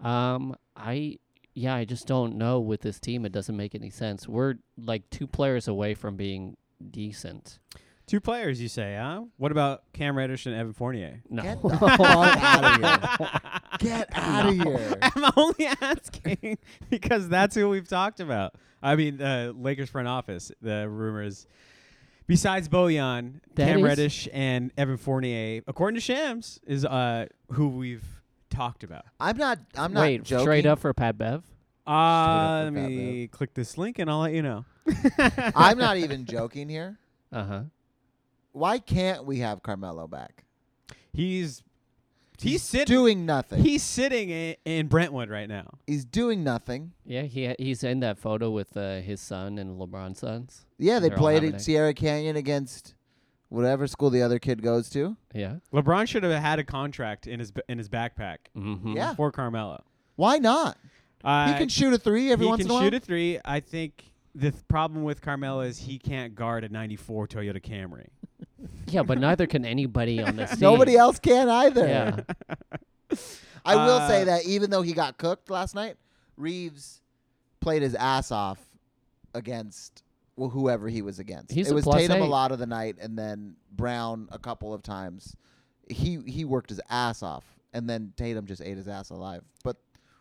Speaker 2: Um, I yeah, I just don't know with this team. It doesn't make any sense. We're like two players away from being decent.
Speaker 1: Two players, you say, huh? What about Cam Reddish and Evan Fournier?
Speaker 2: No,
Speaker 3: Get the fuck out of here. Get out of here.
Speaker 1: I'm only asking because that's who we've talked about. I mean, the Lakers front office. The rumors, besides Bojan,
Speaker 2: That
Speaker 1: Cam
Speaker 2: is-
Speaker 1: Reddish, and Evan Fournier, according to Shams, is uh, who we've talked about.
Speaker 3: I'm not. I'm not
Speaker 2: Wait,
Speaker 3: joking.
Speaker 2: straight up for Pat Bev.
Speaker 1: Uh,
Speaker 3: up
Speaker 1: let
Speaker 3: with that,
Speaker 1: me click this link and I'll let you know.
Speaker 3: I'm not even joking here.
Speaker 2: Uh huh.
Speaker 3: Why can't we have Carmelo back?
Speaker 1: He's he's sitting
Speaker 3: Doing nothing.
Speaker 1: he's sitting in, in Brentwood right now.
Speaker 3: He's doing nothing.
Speaker 2: Yeah, he he's in that photo with uh, his son and LeBron's sons.
Speaker 3: Yeah, they
Speaker 2: They're all
Speaker 3: played
Speaker 2: having
Speaker 3: at
Speaker 2: it.
Speaker 3: Sierra Canyon against whatever school the other kid goes to.
Speaker 2: Yeah.
Speaker 1: LeBron should have had a contract in his in his backpack
Speaker 2: Mm-hmm.
Speaker 3: Yeah.
Speaker 1: for Carmelo.
Speaker 3: Why not?
Speaker 1: Uh,
Speaker 3: he can shoot a three every
Speaker 1: he
Speaker 3: once
Speaker 1: can
Speaker 3: in a while.
Speaker 1: shoot a three. I think the th- problem with Carmelo is he can't guard a '94 Toyota Camry.
Speaker 2: Yeah, but neither can anybody on this team.
Speaker 3: Nobody else can either.
Speaker 2: Yeah.
Speaker 3: I will
Speaker 1: Uh,
Speaker 3: say that even though he got cooked last night, Reeves played his ass off against wh- whoever he was against.
Speaker 2: He's
Speaker 3: it
Speaker 2: a
Speaker 3: was
Speaker 2: plus
Speaker 3: Tatum a
Speaker 2: eight.
Speaker 3: lot of the night, and then Brown a couple of times. He he worked his ass off, and then Tatum just ate his ass alive. But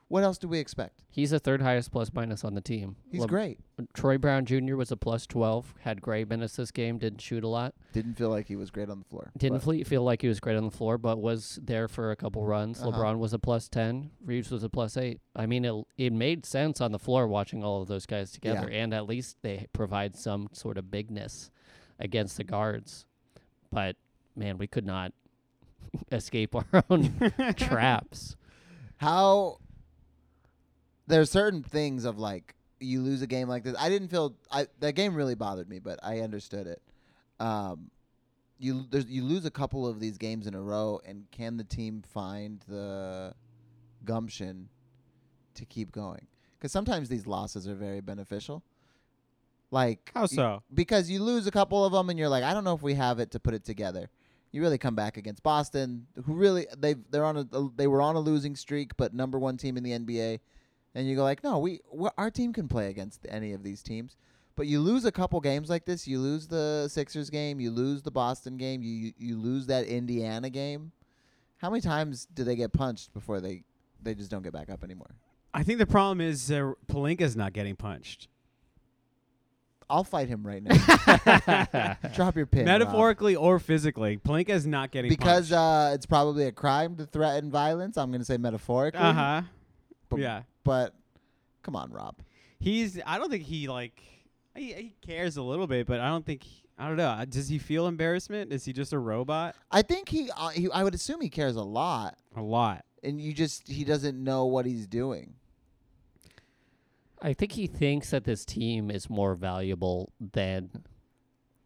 Speaker 3: what else do we expect?
Speaker 2: He's the third highest plus minus on the team.
Speaker 3: He's
Speaker 2: Le-
Speaker 3: great.
Speaker 2: Troy Brown Jr. was a plus 12, had great minutes this game, didn't shoot a lot.
Speaker 3: Didn't feel like he was great on the floor.
Speaker 2: Didn't
Speaker 3: but-
Speaker 2: fle- feel like he was great on the floor, but was there for a couple runs.
Speaker 3: Uh-huh.
Speaker 2: LeBron was a plus 10. Reeves was a plus 8. I mean, it, it made sense on the floor watching all of those guys together, and at least they provide some sort of bigness against the guards. But, man, we could not escape our own traps.
Speaker 3: how there are certain things of like you lose a game like this. I didn't feel I that game really bothered me, but I understood it. Um, you there's you lose a couple of these games in a row, and can the team find the gumption to keep going? Because sometimes these losses are very beneficial. Like
Speaker 1: How
Speaker 3: you-
Speaker 1: so?
Speaker 3: because you lose a couple of them and you're like, I don't know if we have it to put it together. You really come back against Boston, who really they they're on a they were on a losing streak, but number one team in the NBA, and you go like, no, we we our team can play against any of these teams. But you lose a couple games like this. You lose the Sixers game. You lose the Boston game. You you, you lose that Indiana game. How many times do they get punched before they they just don't get back up anymore?
Speaker 1: I think the problem is uh, Palinka's not getting punched.
Speaker 3: I'll fight him right now. Drop your pin. Rob.
Speaker 1: Metaphorically or physically, Palinka's not getting
Speaker 3: because
Speaker 1: punched.
Speaker 3: uh, it's probably a crime to threaten violence. I'm going to say metaphorically.
Speaker 1: uh huh,
Speaker 3: But,
Speaker 1: yeah,
Speaker 3: But come on, Rob.
Speaker 1: he's. I don't think he like he, he cares a little bit, but I don't think he- I don't know. Uh, Does he feel embarrassment? Is he just a robot?
Speaker 3: I think he, uh, he. I would assume he cares a lot,
Speaker 1: A lot.
Speaker 3: and you just he doesn't know what he's doing.
Speaker 2: I think he thinks that this team is more valuable than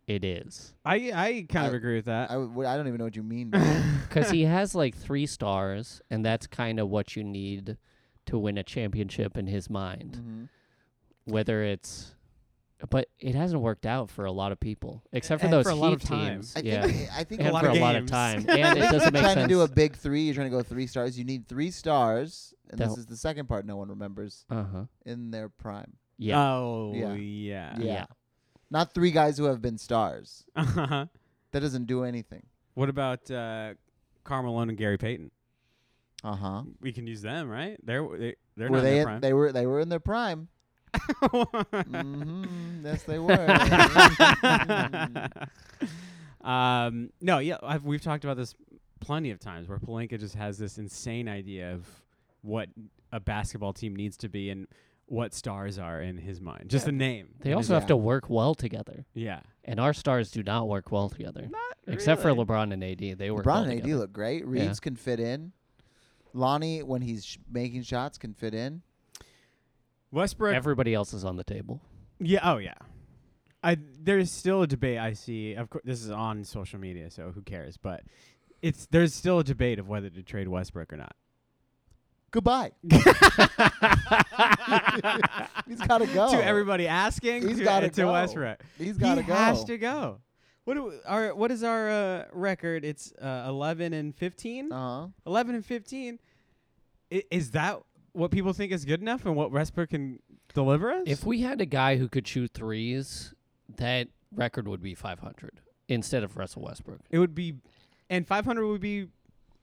Speaker 2: it is.
Speaker 1: I I kind of
Speaker 3: I-
Speaker 1: agree with that.
Speaker 3: I, would- I don't even know what you mean. Mm-hmm. by that.
Speaker 2: Because he has like three stars, and that's kind of what you need to win a championship in his mind.
Speaker 3: Mhm.
Speaker 2: Whether it's, but it hasn't worked out for a lot of people, except for
Speaker 1: And
Speaker 2: those
Speaker 1: for a lot of
Speaker 2: Heat
Speaker 1: time.
Speaker 2: teams.
Speaker 3: I
Speaker 2: yeah,
Speaker 3: think. I think
Speaker 2: and
Speaker 3: a lot
Speaker 2: for
Speaker 1: of
Speaker 2: a lot of
Speaker 1: games.
Speaker 2: time, and it doesn't
Speaker 3: you're
Speaker 2: make
Speaker 3: trying
Speaker 2: sense.
Speaker 3: to do a big three. You're trying to go three stars. You need three stars, and
Speaker 2: That-
Speaker 3: this is the second part no one remembers
Speaker 2: uh huh.
Speaker 3: in their prime.
Speaker 2: Yeah.
Speaker 1: Oh
Speaker 3: Yeah.
Speaker 1: yeah.
Speaker 3: Yeah. Not three guys who have been stars.
Speaker 1: Uh-huh.
Speaker 3: That doesn't do anything.
Speaker 1: What about uh, Carmelone and Gary Payton.
Speaker 3: Uh huh.
Speaker 2: Uh-huh.
Speaker 1: We can use them, right? They're they, they're
Speaker 3: Were
Speaker 1: not
Speaker 3: they?
Speaker 1: in their
Speaker 3: in- They were. They were in their
Speaker 1: prime.
Speaker 3: prime. hmm Yes, they were.
Speaker 1: um, no, yeah, I've, we've talked about this plenty of times where Palenka just has this insane idea of what a basketball team needs to be and what stars are in his mind. Just the name.
Speaker 2: They
Speaker 1: And
Speaker 2: also
Speaker 1: it's-
Speaker 2: have to work well together,
Speaker 1: yeah.
Speaker 2: and our stars do not work well together, except for LeBron and AD. They work. well
Speaker 3: LeBron and AD
Speaker 2: together.
Speaker 3: look great. Reeves can fit in. Lonnie, when he's sh- making shots, can fit in.
Speaker 1: Westbrook.
Speaker 2: Everybody else is on the table.
Speaker 1: yeah. Oh yeah. I there's still a debate I see. Of course, this is on social media, so who cares? But it's there's still a debate of whether to trade Westbrook or not.
Speaker 3: Goodbye. He's got to go.
Speaker 1: to everybody asking
Speaker 3: He's
Speaker 1: to, eh,
Speaker 3: gotta
Speaker 1: to
Speaker 3: go.
Speaker 1: Westbrook.
Speaker 3: He's got to
Speaker 1: he
Speaker 3: go.
Speaker 1: has to go. What do we- our what is our uh, record? It's uh, eleven and fifteen.
Speaker 3: Uh-huh.
Speaker 1: eleven and fifteen. I, is that what people think is good enough and what Westbrook can deliver us?
Speaker 2: If we had a guy who could shoot threes, that record would be 500 instead of Russell Westbrook.
Speaker 1: it would be, and five hundred would be,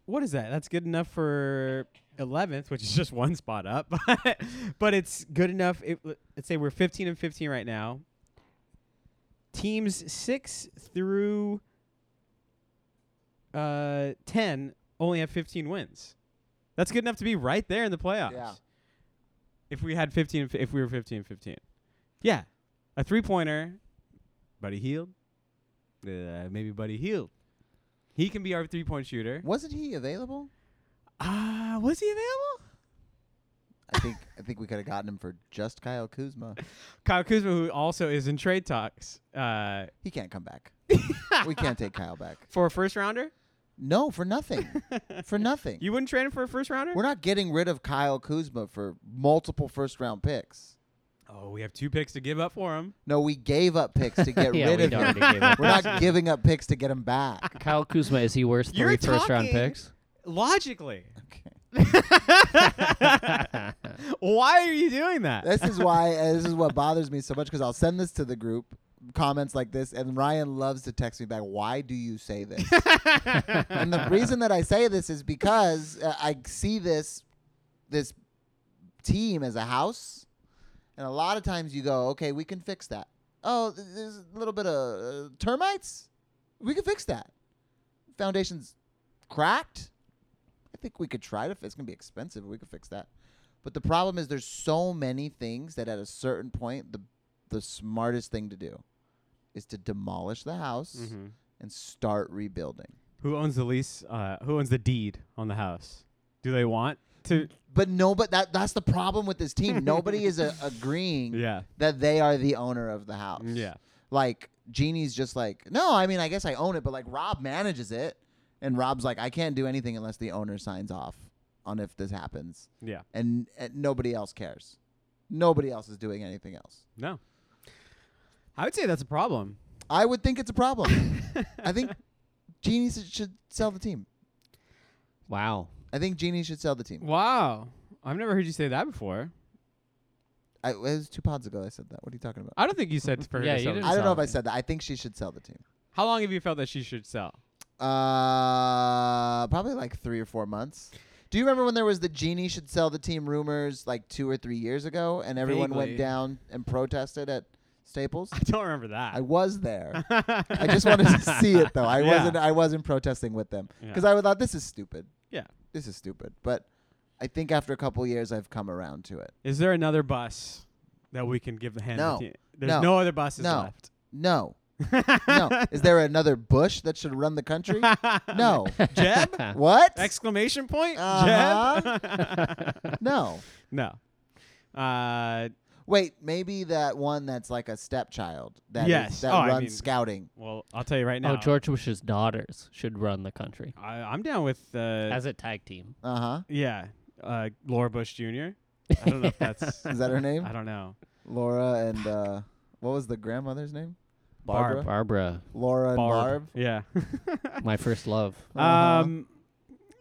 Speaker 1: what is that? That's good enough for eleventh, which is just one spot up, but but it's good enough. It, let's say we're fifteen and fifteen right now. Teams six through uh, ten only have fifteen wins. That's good enough to be right there in the playoffs.
Speaker 3: Yeah.
Speaker 1: If we had fifteen, and fi- if we were fifteen and fifteen, yeah, a three pointer, Buddy Healed, uh, maybe Buddy Healed. He can be our three point shooter.
Speaker 3: Wasn't he available?
Speaker 1: Ah, was he available?
Speaker 3: I think I think we could have gotten him for just Kyle Kuzma.
Speaker 1: Kyle Kuzma, who also is in trade talks, uh,
Speaker 3: He can't come back. we can't take Kyle back.
Speaker 1: for a first rounder.
Speaker 3: No, for nothing. for nothing.
Speaker 1: You wouldn't trade him for a first rounder?
Speaker 3: We're not getting rid of Kyle Kuzma for multiple first round picks.
Speaker 1: oh, we have two picks to give up for him.
Speaker 3: No, we gave up picks to get
Speaker 2: yeah,
Speaker 3: rid
Speaker 2: we
Speaker 3: of him.
Speaker 2: already gave up.
Speaker 3: We're not giving up picks to get him back.
Speaker 2: Kyle Kuzma is he worth
Speaker 1: You're
Speaker 2: three first round
Speaker 1: talking-
Speaker 2: picks?
Speaker 1: Logically,
Speaker 3: Okay.
Speaker 1: why are you doing that?
Speaker 3: This is why uh, this is what bothers me so much because I'll send this to the group comments like this, and Ryan loves to text me back. Why do you say this? and the reason that I say this is because uh, I see this this team as a house, and a lot of times you go, okay, we can fix that. Oh, th- there's a little bit of uh, termites. We can fix that. Foundation's cracked. I think we could try to. It's gonna be expensive. But we could fix that. But the problem is there's so many things that at a certain point the the smartest thing to do is to demolish the house
Speaker 1: Mhm.
Speaker 3: and start rebuilding.
Speaker 1: Who owns the lease? Uh, who owns the deed on the house? Do they want to?
Speaker 3: But no, but that that's the problem with this team. Nobody is a, agreeing
Speaker 1: Yeah,
Speaker 3: that they are the owner of the house.
Speaker 1: yeah.
Speaker 3: Like Jeannie's just like, no, I mean, I guess I own it, but like Rob manages it, and Rob's like, I can't do anything unless the owner signs off on if this happens,
Speaker 1: Yeah.
Speaker 3: and, and nobody else cares. Nobody else is doing anything else.
Speaker 1: No. I would say that's a problem.
Speaker 3: I would think it's a problem. I think Genie s- should sell the team.
Speaker 2: Wow.
Speaker 3: I think Genie should sell the team.
Speaker 1: Wow. I've never heard you say that before.
Speaker 3: I, it was two pods ago I said that. What are you talking about?
Speaker 1: I don't think you said for her
Speaker 2: Yeah,
Speaker 1: to
Speaker 2: you
Speaker 1: sell
Speaker 2: didn't
Speaker 1: the
Speaker 3: I don't know
Speaker 2: sell
Speaker 3: if I
Speaker 2: it.
Speaker 3: said that. I think she should sell the team.
Speaker 1: How long have you felt that she should sell?
Speaker 3: Uh, probably like three or four months. Do you remember when there was the Genie should sell the team rumors like two or three years ago, and everyone
Speaker 1: Vaguely.
Speaker 3: went down and protested at Staples?
Speaker 1: I don't remember that.
Speaker 3: I was there. I just wanted to see it though. I
Speaker 1: Yeah.
Speaker 3: wasn't. I wasn't protesting with them
Speaker 1: Yeah.
Speaker 3: because I thought this is stupid.
Speaker 1: Yeah.
Speaker 3: this is stupid. But I think after a couple years, I've come around to it.
Speaker 1: Is there another bus that we can give the hand?
Speaker 3: No.
Speaker 1: to? There's no,
Speaker 3: No.
Speaker 1: other buses
Speaker 3: No.
Speaker 1: left.
Speaker 3: No, no. Is there another Bush that should run the country? No.
Speaker 1: Jeb?
Speaker 2: Oh,
Speaker 3: what?
Speaker 1: Exclamation point?
Speaker 3: Uh-huh.
Speaker 1: Jeb?
Speaker 3: no.
Speaker 1: no. Uh,
Speaker 3: Wait, maybe that one that's like a stepchild that is-
Speaker 1: Yes.
Speaker 3: that
Speaker 1: Oh, I
Speaker 3: runs
Speaker 1: mean-
Speaker 3: scouting.
Speaker 1: well, I'll tell you right now.
Speaker 2: Oh, George Bush's daughters should run the country
Speaker 1: I, I'm down with uh,
Speaker 2: as a tag team.
Speaker 3: Uh huh.
Speaker 1: yeah, uh, Laura Bush Jr. I don't know if that's.
Speaker 3: Is that her name?
Speaker 1: I don't know.
Speaker 3: Laura and uh, what was the grandmother's name? Barbara.
Speaker 2: Barbara,
Speaker 3: Laura and Barb.
Speaker 1: Barb. Yeah.
Speaker 2: my first love.
Speaker 3: Uh-huh.
Speaker 1: Um,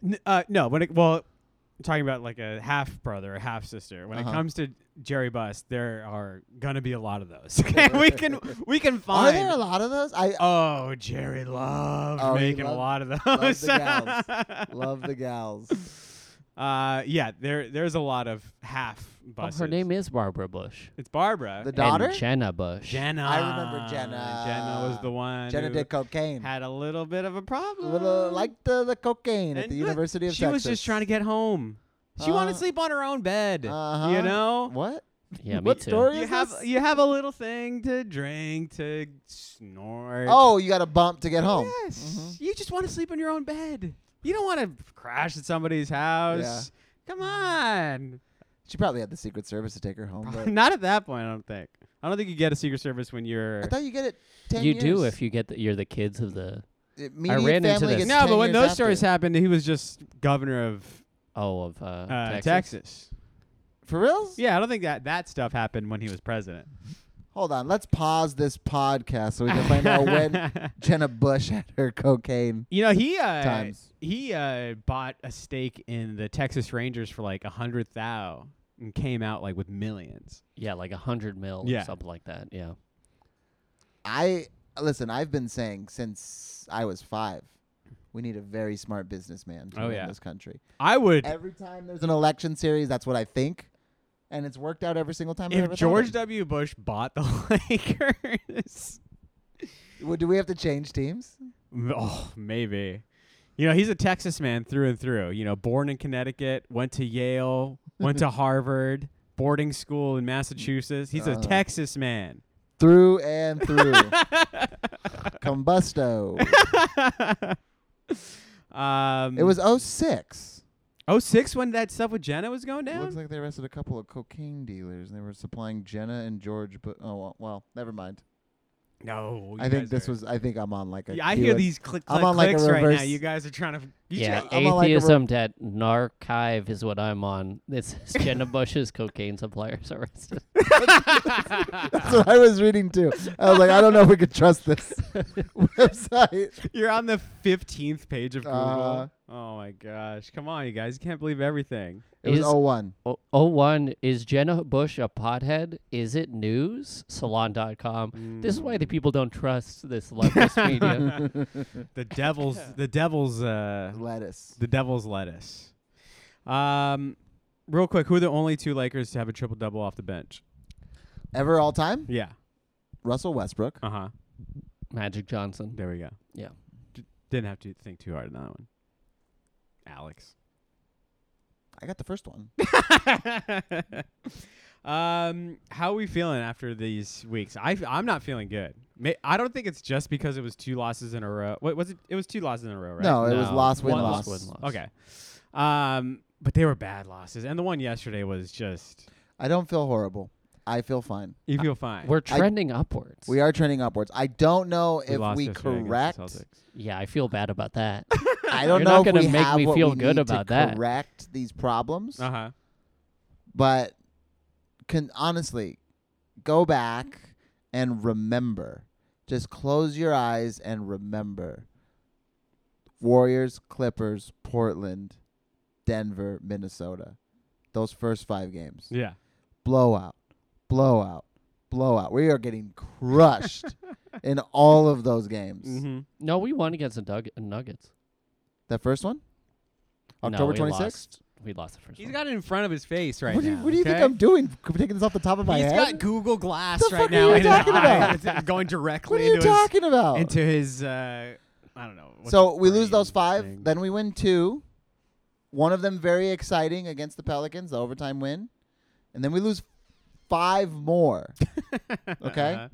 Speaker 1: n- uh, no, when it well, talking about like a half brother, or half sister. When
Speaker 3: Uh-huh.
Speaker 1: it comes to Jerry Bust, there are gonna be a lot of those. Okay, we can we can
Speaker 3: Are
Speaker 1: find.
Speaker 3: there a lot of those? I
Speaker 1: oh, Jerry loves
Speaker 3: Oh, he
Speaker 1: making
Speaker 3: loved-
Speaker 1: a lot of
Speaker 3: loved
Speaker 1: those.
Speaker 3: the gals. love the gals.
Speaker 1: uh, yeah, there there's a lot of half
Speaker 2: Oh,
Speaker 1: buses.
Speaker 2: her name is Barbara Bush.
Speaker 1: It's Barbara.
Speaker 3: The daughter?
Speaker 2: And Jenna Bush.
Speaker 1: Jenna.
Speaker 3: I remember Jenna.
Speaker 1: Jenna was the one.
Speaker 3: Jenna
Speaker 1: who
Speaker 3: did cocaine.
Speaker 1: had a little bit of a
Speaker 3: A
Speaker 1: problem.
Speaker 3: little like the, the cocaine at
Speaker 1: And
Speaker 3: the
Speaker 1: look,
Speaker 3: University of
Speaker 1: she
Speaker 3: Texas.
Speaker 1: was just trying to get home. She wanted
Speaker 3: Uh,
Speaker 1: to sleep on her own bed.
Speaker 3: uh-huh.
Speaker 1: You know.
Speaker 3: What?
Speaker 2: Yeah, me
Speaker 3: What
Speaker 2: too.
Speaker 3: story?
Speaker 1: You
Speaker 3: is
Speaker 1: have
Speaker 3: this?
Speaker 1: you have a little thing to drink to snort.
Speaker 3: Oh, you got a bump to get home.
Speaker 1: Yes.
Speaker 3: Mhm.
Speaker 1: You just want to sleep in your own bed. You don't want to crash at somebody's house. Come on.
Speaker 3: She probably had the Secret Service to take her home. But
Speaker 1: Not at that point, I don't think. I don't think you get a Secret Service when you're.
Speaker 3: I thought you get it ten
Speaker 2: you
Speaker 3: years.
Speaker 2: do if you get the, you're the kids of the
Speaker 3: It-
Speaker 2: I
Speaker 3: Media
Speaker 2: ran into
Speaker 3: family
Speaker 2: this.
Speaker 3: gets
Speaker 1: no,
Speaker 3: 10
Speaker 1: but when
Speaker 3: years
Speaker 1: those
Speaker 3: after.
Speaker 1: stories happened, he was just governor of
Speaker 2: oh of uh,
Speaker 1: uh,
Speaker 2: Texas.
Speaker 1: Texas.
Speaker 3: for reals?
Speaker 1: Yeah, I don't think that that stuff happened when he was president.
Speaker 3: Hold on, let's pause this podcast so we can find out when Jenna Bush had her cocaine
Speaker 1: you know he uh,
Speaker 3: times.
Speaker 1: he uh, bought a stake in the Texas Rangers for like a hundred thou and came out like with millions.
Speaker 2: Yeah, like a hundred mil
Speaker 1: Yeah.
Speaker 2: or something like that. Yeah.
Speaker 3: I listen. I've been saying since I was five, we need a very smart businessman to
Speaker 1: Oh,
Speaker 3: run
Speaker 1: yeah.
Speaker 3: this country.
Speaker 1: I would
Speaker 3: Every time there's an election series, that's what I think, and it's worked out every single time.
Speaker 1: if
Speaker 3: I've ever thought
Speaker 1: George
Speaker 3: of it.
Speaker 1: W. Bush bought the Lakers.
Speaker 3: Well, do we have to change teams?
Speaker 1: Oh, maybe. You know, he's a Texas man through and through. You know, born in Connecticut, went to Yale, went to Harvard, boarding school in Massachusetts. He's a
Speaker 3: Uh.
Speaker 1: Texas man.
Speaker 3: Through and through, combusto.
Speaker 1: um,
Speaker 3: It was 06.
Speaker 1: 06 when that stuff with Jenna was going down.
Speaker 3: Looks like they arrested a couple of cocaine dealers, and they were supplying Jenna and George. But oh well, well never mind.
Speaker 1: no,
Speaker 3: I
Speaker 1: you
Speaker 3: think
Speaker 1: guys
Speaker 3: this
Speaker 1: are-
Speaker 3: was. I think I'm on like a.
Speaker 1: Yeah, I
Speaker 3: Q
Speaker 1: hear
Speaker 3: and-
Speaker 1: these click,
Speaker 3: I'm
Speaker 1: click
Speaker 3: on, like, a
Speaker 1: clicks right now.
Speaker 3: reverse-
Speaker 1: You guys are trying to. You
Speaker 2: Yeah,
Speaker 1: should-
Speaker 3: I'm on, like, a
Speaker 2: atheism at Narchive is what I'm on. It's Jenna Bush's cocaine suppliers arrested.
Speaker 1: uh,
Speaker 3: That's what I was reading too. I was like, I don't know if we could trust this website.
Speaker 1: You're on the fifteenth page of Google.
Speaker 3: Uh,
Speaker 1: oh my gosh! Come on, you guys You can't believe everything.
Speaker 3: It was
Speaker 2: Is-
Speaker 3: 01.
Speaker 2: Oh, oh one is Jenna Bush a pothead? Is it news? Salon.com. This is why
Speaker 1: Mm.
Speaker 2: the people don't trust this leftist media.
Speaker 1: The devil's the devil's uh,
Speaker 3: Lettuce.
Speaker 1: the devil's lettuce. Um, real quick, who are the only two Lakers to have a triple double off the bench?
Speaker 3: Ever all time?
Speaker 1: Yeah.
Speaker 3: Russell Westbrook.
Speaker 1: Uh huh.
Speaker 2: Magic Johnson.
Speaker 1: There we go.
Speaker 2: Yeah.
Speaker 1: D- didn't have to think too hard on that one. Alex.
Speaker 3: I got the first one.
Speaker 1: um, how are we feeling after these weeks? I I'm not feeling good. May, I don't think it's just because it was two losses in a row. What was it? It was two losses in a row, right?
Speaker 3: No, Oh, it was
Speaker 2: No,
Speaker 3: loss, win,
Speaker 2: one
Speaker 3: loss.
Speaker 2: loss, win, loss.
Speaker 1: Okay. Um, but they were bad losses, and the one yesterday was just.
Speaker 3: I don't feel horrible. I feel fine.
Speaker 1: You feel fine.
Speaker 2: We're
Speaker 3: I-
Speaker 2: trending upwards.
Speaker 3: We are trending upwards. I don't know
Speaker 1: We
Speaker 3: if
Speaker 1: lost
Speaker 3: we
Speaker 1: yesterday against the
Speaker 3: correct.
Speaker 1: Celtics.
Speaker 2: Yeah, I feel bad about that.
Speaker 3: I
Speaker 2: You're
Speaker 3: don't know
Speaker 2: not
Speaker 3: if
Speaker 2: gonna
Speaker 3: we
Speaker 2: make
Speaker 3: have
Speaker 2: me
Speaker 3: what
Speaker 2: feel
Speaker 3: we
Speaker 2: good
Speaker 3: need
Speaker 2: about
Speaker 3: to
Speaker 2: that.
Speaker 3: correct these problems.
Speaker 1: Uh-huh.
Speaker 3: but can honestly go back and remember. Just close your eyes and remember. Warriors, Clippers, Portland, Denver, Minnesota. Those first five games.
Speaker 1: Yeah.
Speaker 3: Blowout, blowout, blowout. We are getting crushed in all of those games.
Speaker 1: Mm-hmm.
Speaker 2: No, we won against the Dug- Nuggets.
Speaker 3: That first one?
Speaker 2: No,
Speaker 3: October
Speaker 2: we
Speaker 3: 26th?
Speaker 2: lost- We lost the first
Speaker 1: He's
Speaker 2: one.
Speaker 1: got it in front of his face right
Speaker 3: what do you,
Speaker 1: now.
Speaker 3: what do you think
Speaker 1: okay?
Speaker 3: I'm doing? Taking this off the top of my
Speaker 1: He's
Speaker 3: head?
Speaker 1: got Google Glass
Speaker 3: The
Speaker 1: right
Speaker 3: fuck are
Speaker 1: now.
Speaker 3: you
Speaker 1: in his
Speaker 3: talking
Speaker 1: eye.
Speaker 3: about?
Speaker 1: It's going
Speaker 3: what
Speaker 1: directly
Speaker 3: are you
Speaker 1: into his
Speaker 3: talking about?
Speaker 1: into his uh I don't know. what's
Speaker 3: Oh. So
Speaker 1: his
Speaker 3: we lose
Speaker 1: brain
Speaker 3: those five.
Speaker 1: thing.
Speaker 3: Then we win two. One of them very exciting against the Pelicans, the overtime win. And then we lose five more. okay.
Speaker 1: Uh-huh.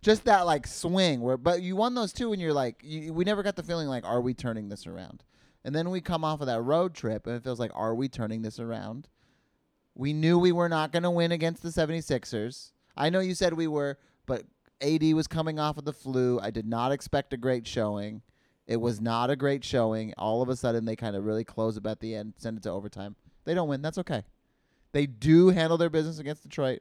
Speaker 3: Just that like swing where but you won those two and you're like you, we never got the feeling like are we turning this around? And then we come off of that road trip and it feels like are we turning this around? We knew we were not going to win against the 76ers. I know you said we were, but AD was coming off of the flu. I did not expect a great showing. It was not a great showing. All of a sudden, they kind of really close up at the end, send it to overtime. They don't win. That's okay. They do handle their business against Detroit.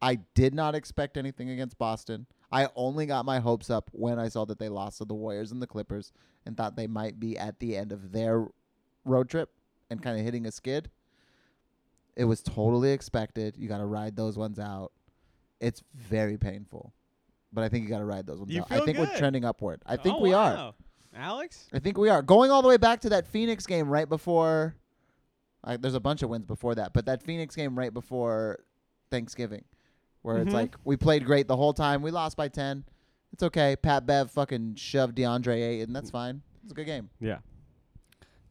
Speaker 3: I did not expect anything against Boston. I only got my hopes up when I saw that they lost to the Warriors and the Clippers and thought they might be at the end of their road trip and kind of hitting a skid. It was totally expected. You got to ride those ones out. It's very painful, but I think you got to ride those ones
Speaker 1: You
Speaker 3: out. I
Speaker 1: feel
Speaker 3: think we're
Speaker 1: good.
Speaker 3: trending upward. I think
Speaker 1: Oh,
Speaker 3: we are.
Speaker 1: wow. Alex?
Speaker 3: I think we are going all the way back to that Phoenix game right before. I, there's a bunch of wins before that, but that Phoenix game right before Thanksgiving, where
Speaker 1: Mhm.
Speaker 3: it's like we played great the whole time. We lost by ten. It's okay. Pat Bev fucking shoved DeAndre Ayton. That's fine. It's a good game.
Speaker 1: Yeah.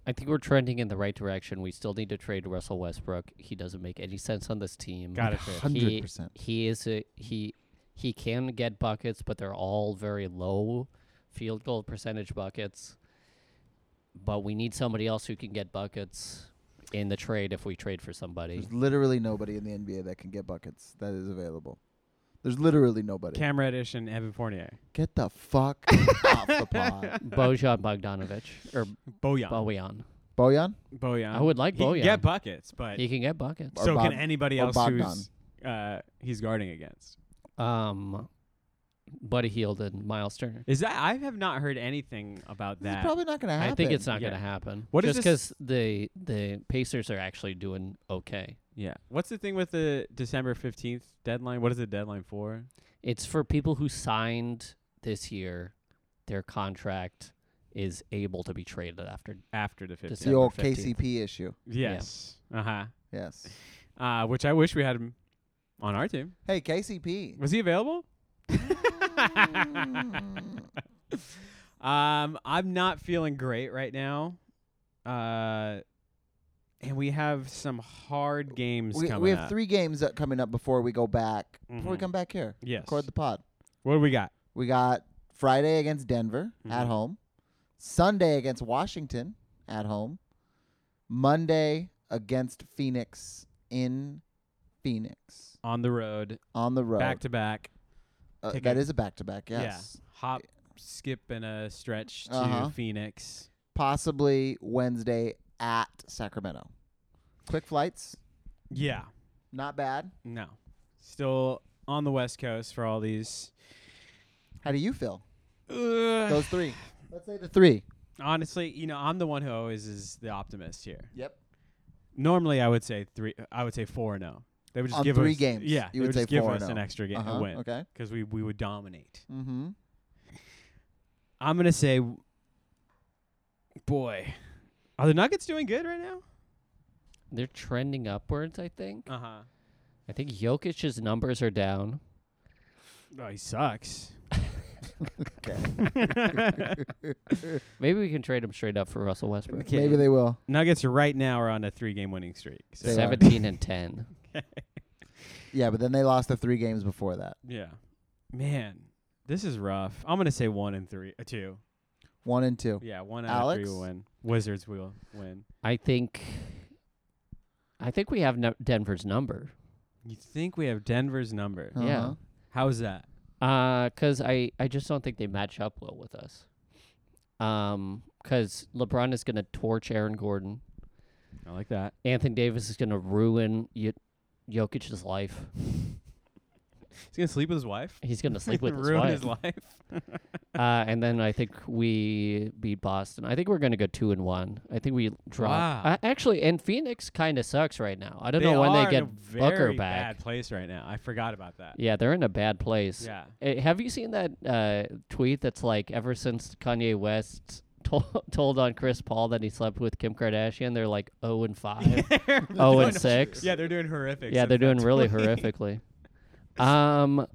Speaker 2: I think we're trending in the right direction. We still need to trade Russell Westbrook. He doesn't make any sense on this team.
Speaker 1: Got it.
Speaker 2: He-
Speaker 3: 100%.
Speaker 2: He is a he he can get buckets, but they're all very low field goal percentage buckets. But we need somebody else who can get buckets in the trade if we trade for somebody.
Speaker 3: There's literally nobody in the NBA that can get buckets that is available. There's literally nobody.
Speaker 1: Camera edition, Evan Fournier.
Speaker 3: get the fuck off the pod,
Speaker 2: Bojan Bogdanovic or
Speaker 1: Bojan.
Speaker 2: Bojan.
Speaker 3: Bojan.
Speaker 1: Bojan.
Speaker 2: I would like
Speaker 1: He can
Speaker 2: Bojan.
Speaker 1: get buckets, but
Speaker 2: He can get buckets.
Speaker 3: or
Speaker 1: so
Speaker 3: Bog-
Speaker 1: can anybody
Speaker 3: or
Speaker 1: else
Speaker 3: Bogdan.
Speaker 1: who's uh, he's guarding against.
Speaker 2: Um Buddy Heald and Miles Turner.
Speaker 1: Is that I have not heard anything about
Speaker 3: This is
Speaker 1: that.
Speaker 3: probably not gonna happen.
Speaker 2: I think it's not
Speaker 1: Yeah.
Speaker 2: going to happen.
Speaker 1: What is
Speaker 2: Just
Speaker 1: this-
Speaker 2: because the the Pacers are actually doing okay.
Speaker 1: yeah. What's the thing with the December fifteenth deadline? What is the deadline for?
Speaker 2: It's for people who signed this year. Their contract is able to be traded after.
Speaker 1: After the fifteenth.
Speaker 3: the old
Speaker 2: December 15th.
Speaker 3: KCP issue.
Speaker 1: Yes. Uh
Speaker 3: Yes.
Speaker 1: huh. Uh which I wish we had him on our team.
Speaker 3: Hey, KCP.
Speaker 1: Was he available? um, I'm not feeling great right now. Uh, and we have some hard games
Speaker 3: We,
Speaker 1: coming
Speaker 3: we have
Speaker 1: up.
Speaker 3: three games that coming up before we go back. Before we
Speaker 1: Mhm.
Speaker 3: come back here,
Speaker 1: Yes.
Speaker 3: record the pod.
Speaker 1: what do we got?
Speaker 3: We got Friday against Denver at
Speaker 1: Mhm.
Speaker 3: home, Sunday against Washington at home, Monday against Phoenix in Phoenix
Speaker 1: On the road,
Speaker 3: on the road.
Speaker 1: back to back.
Speaker 3: Uh,
Speaker 1: take
Speaker 3: that
Speaker 1: a-
Speaker 3: is a back to back. Yes.
Speaker 1: Yeah. Hop, skip, and a stretch to
Speaker 3: Uh-huh.
Speaker 1: Phoenix.
Speaker 3: Possibly Wednesday at Sacramento. Quick flights,
Speaker 1: Yeah.
Speaker 3: not bad.
Speaker 1: No. Still on the West Coast for all these. uh,
Speaker 3: How do you feel?
Speaker 1: Ugh.
Speaker 3: Those three. Let's say the three.
Speaker 1: Honestly, you know, I'm the one who always is the optimist here.
Speaker 3: Yep.
Speaker 1: Normally, I would say three. I would say four and zero. They would just
Speaker 3: On
Speaker 1: give
Speaker 3: three
Speaker 1: us,
Speaker 3: games,
Speaker 1: Yeah,
Speaker 3: you
Speaker 1: they
Speaker 3: would say
Speaker 1: just give
Speaker 3: four and
Speaker 1: us an
Speaker 3: oh.
Speaker 1: extra game
Speaker 3: Uh-huh,
Speaker 1: a win
Speaker 3: Okay.
Speaker 1: because we we would dominate.
Speaker 3: Mm-hmm.
Speaker 1: I'm gonna say, boy, are the Nuggets doing good right now?
Speaker 2: They're trending upwards. I think.
Speaker 1: Uh huh.
Speaker 3: Uh-huh.
Speaker 2: I think Jokic's numbers are down.
Speaker 1: Oh, he sucks.
Speaker 2: Maybe we can trade him straight up for Russell Westbrook.
Speaker 1: Okay.
Speaker 3: Maybe they will.
Speaker 1: Nuggets right now are on a three game winning streak. So
Speaker 3: They are.
Speaker 2: Seventeen and ten.
Speaker 3: Yeah, but then they lost the three games before that.
Speaker 1: yeah, man, this is rough. I'm gonna say one and three, uh, two.
Speaker 3: One and two.
Speaker 1: Yeah, one out of three
Speaker 3: Alex?
Speaker 1: will win. Wizards will win.
Speaker 2: I think. I think we have nu- Denver's number.
Speaker 1: You think we have Denver's number?
Speaker 2: Yeah.
Speaker 3: Uh-huh.
Speaker 1: How's that?
Speaker 2: Uh, 'cause I, I just don't think they match up well with us. Um, 'cause LeBron is going to torch Aaron Gordon.
Speaker 1: I like that.
Speaker 2: Anthony Davis is going to ruin Yo- Jokic's life.
Speaker 1: He's gonna sleep with his wife.
Speaker 2: He's going to sleep with his
Speaker 1: ruin
Speaker 2: wife.
Speaker 1: his life.
Speaker 2: Uh, and then I think we beat Boston. I think we're going to go two and one. I think we drop.
Speaker 1: Wow.
Speaker 2: Uh, actually, and Phoenix kind of sucks right now. I don't know when
Speaker 1: are
Speaker 2: they
Speaker 1: in
Speaker 2: get.
Speaker 1: a
Speaker 2: Booker
Speaker 1: very
Speaker 2: back.
Speaker 1: Bad place right now. I forgot about that.
Speaker 2: yeah, they're in a bad place.
Speaker 1: Yeah.
Speaker 2: Uh, have you seen that uh, tweet that's like ever since Kanye West told, told on Chris Paul that he slept with Kim Kardashian, they're like 0 and 5, 0
Speaker 1: Doing-
Speaker 2: and 6.
Speaker 1: Yeah, they're doing horrific.
Speaker 2: Oh, Yeah,
Speaker 1: since
Speaker 2: they're
Speaker 1: that
Speaker 2: doing really
Speaker 1: tweet.
Speaker 2: horrifically. Um,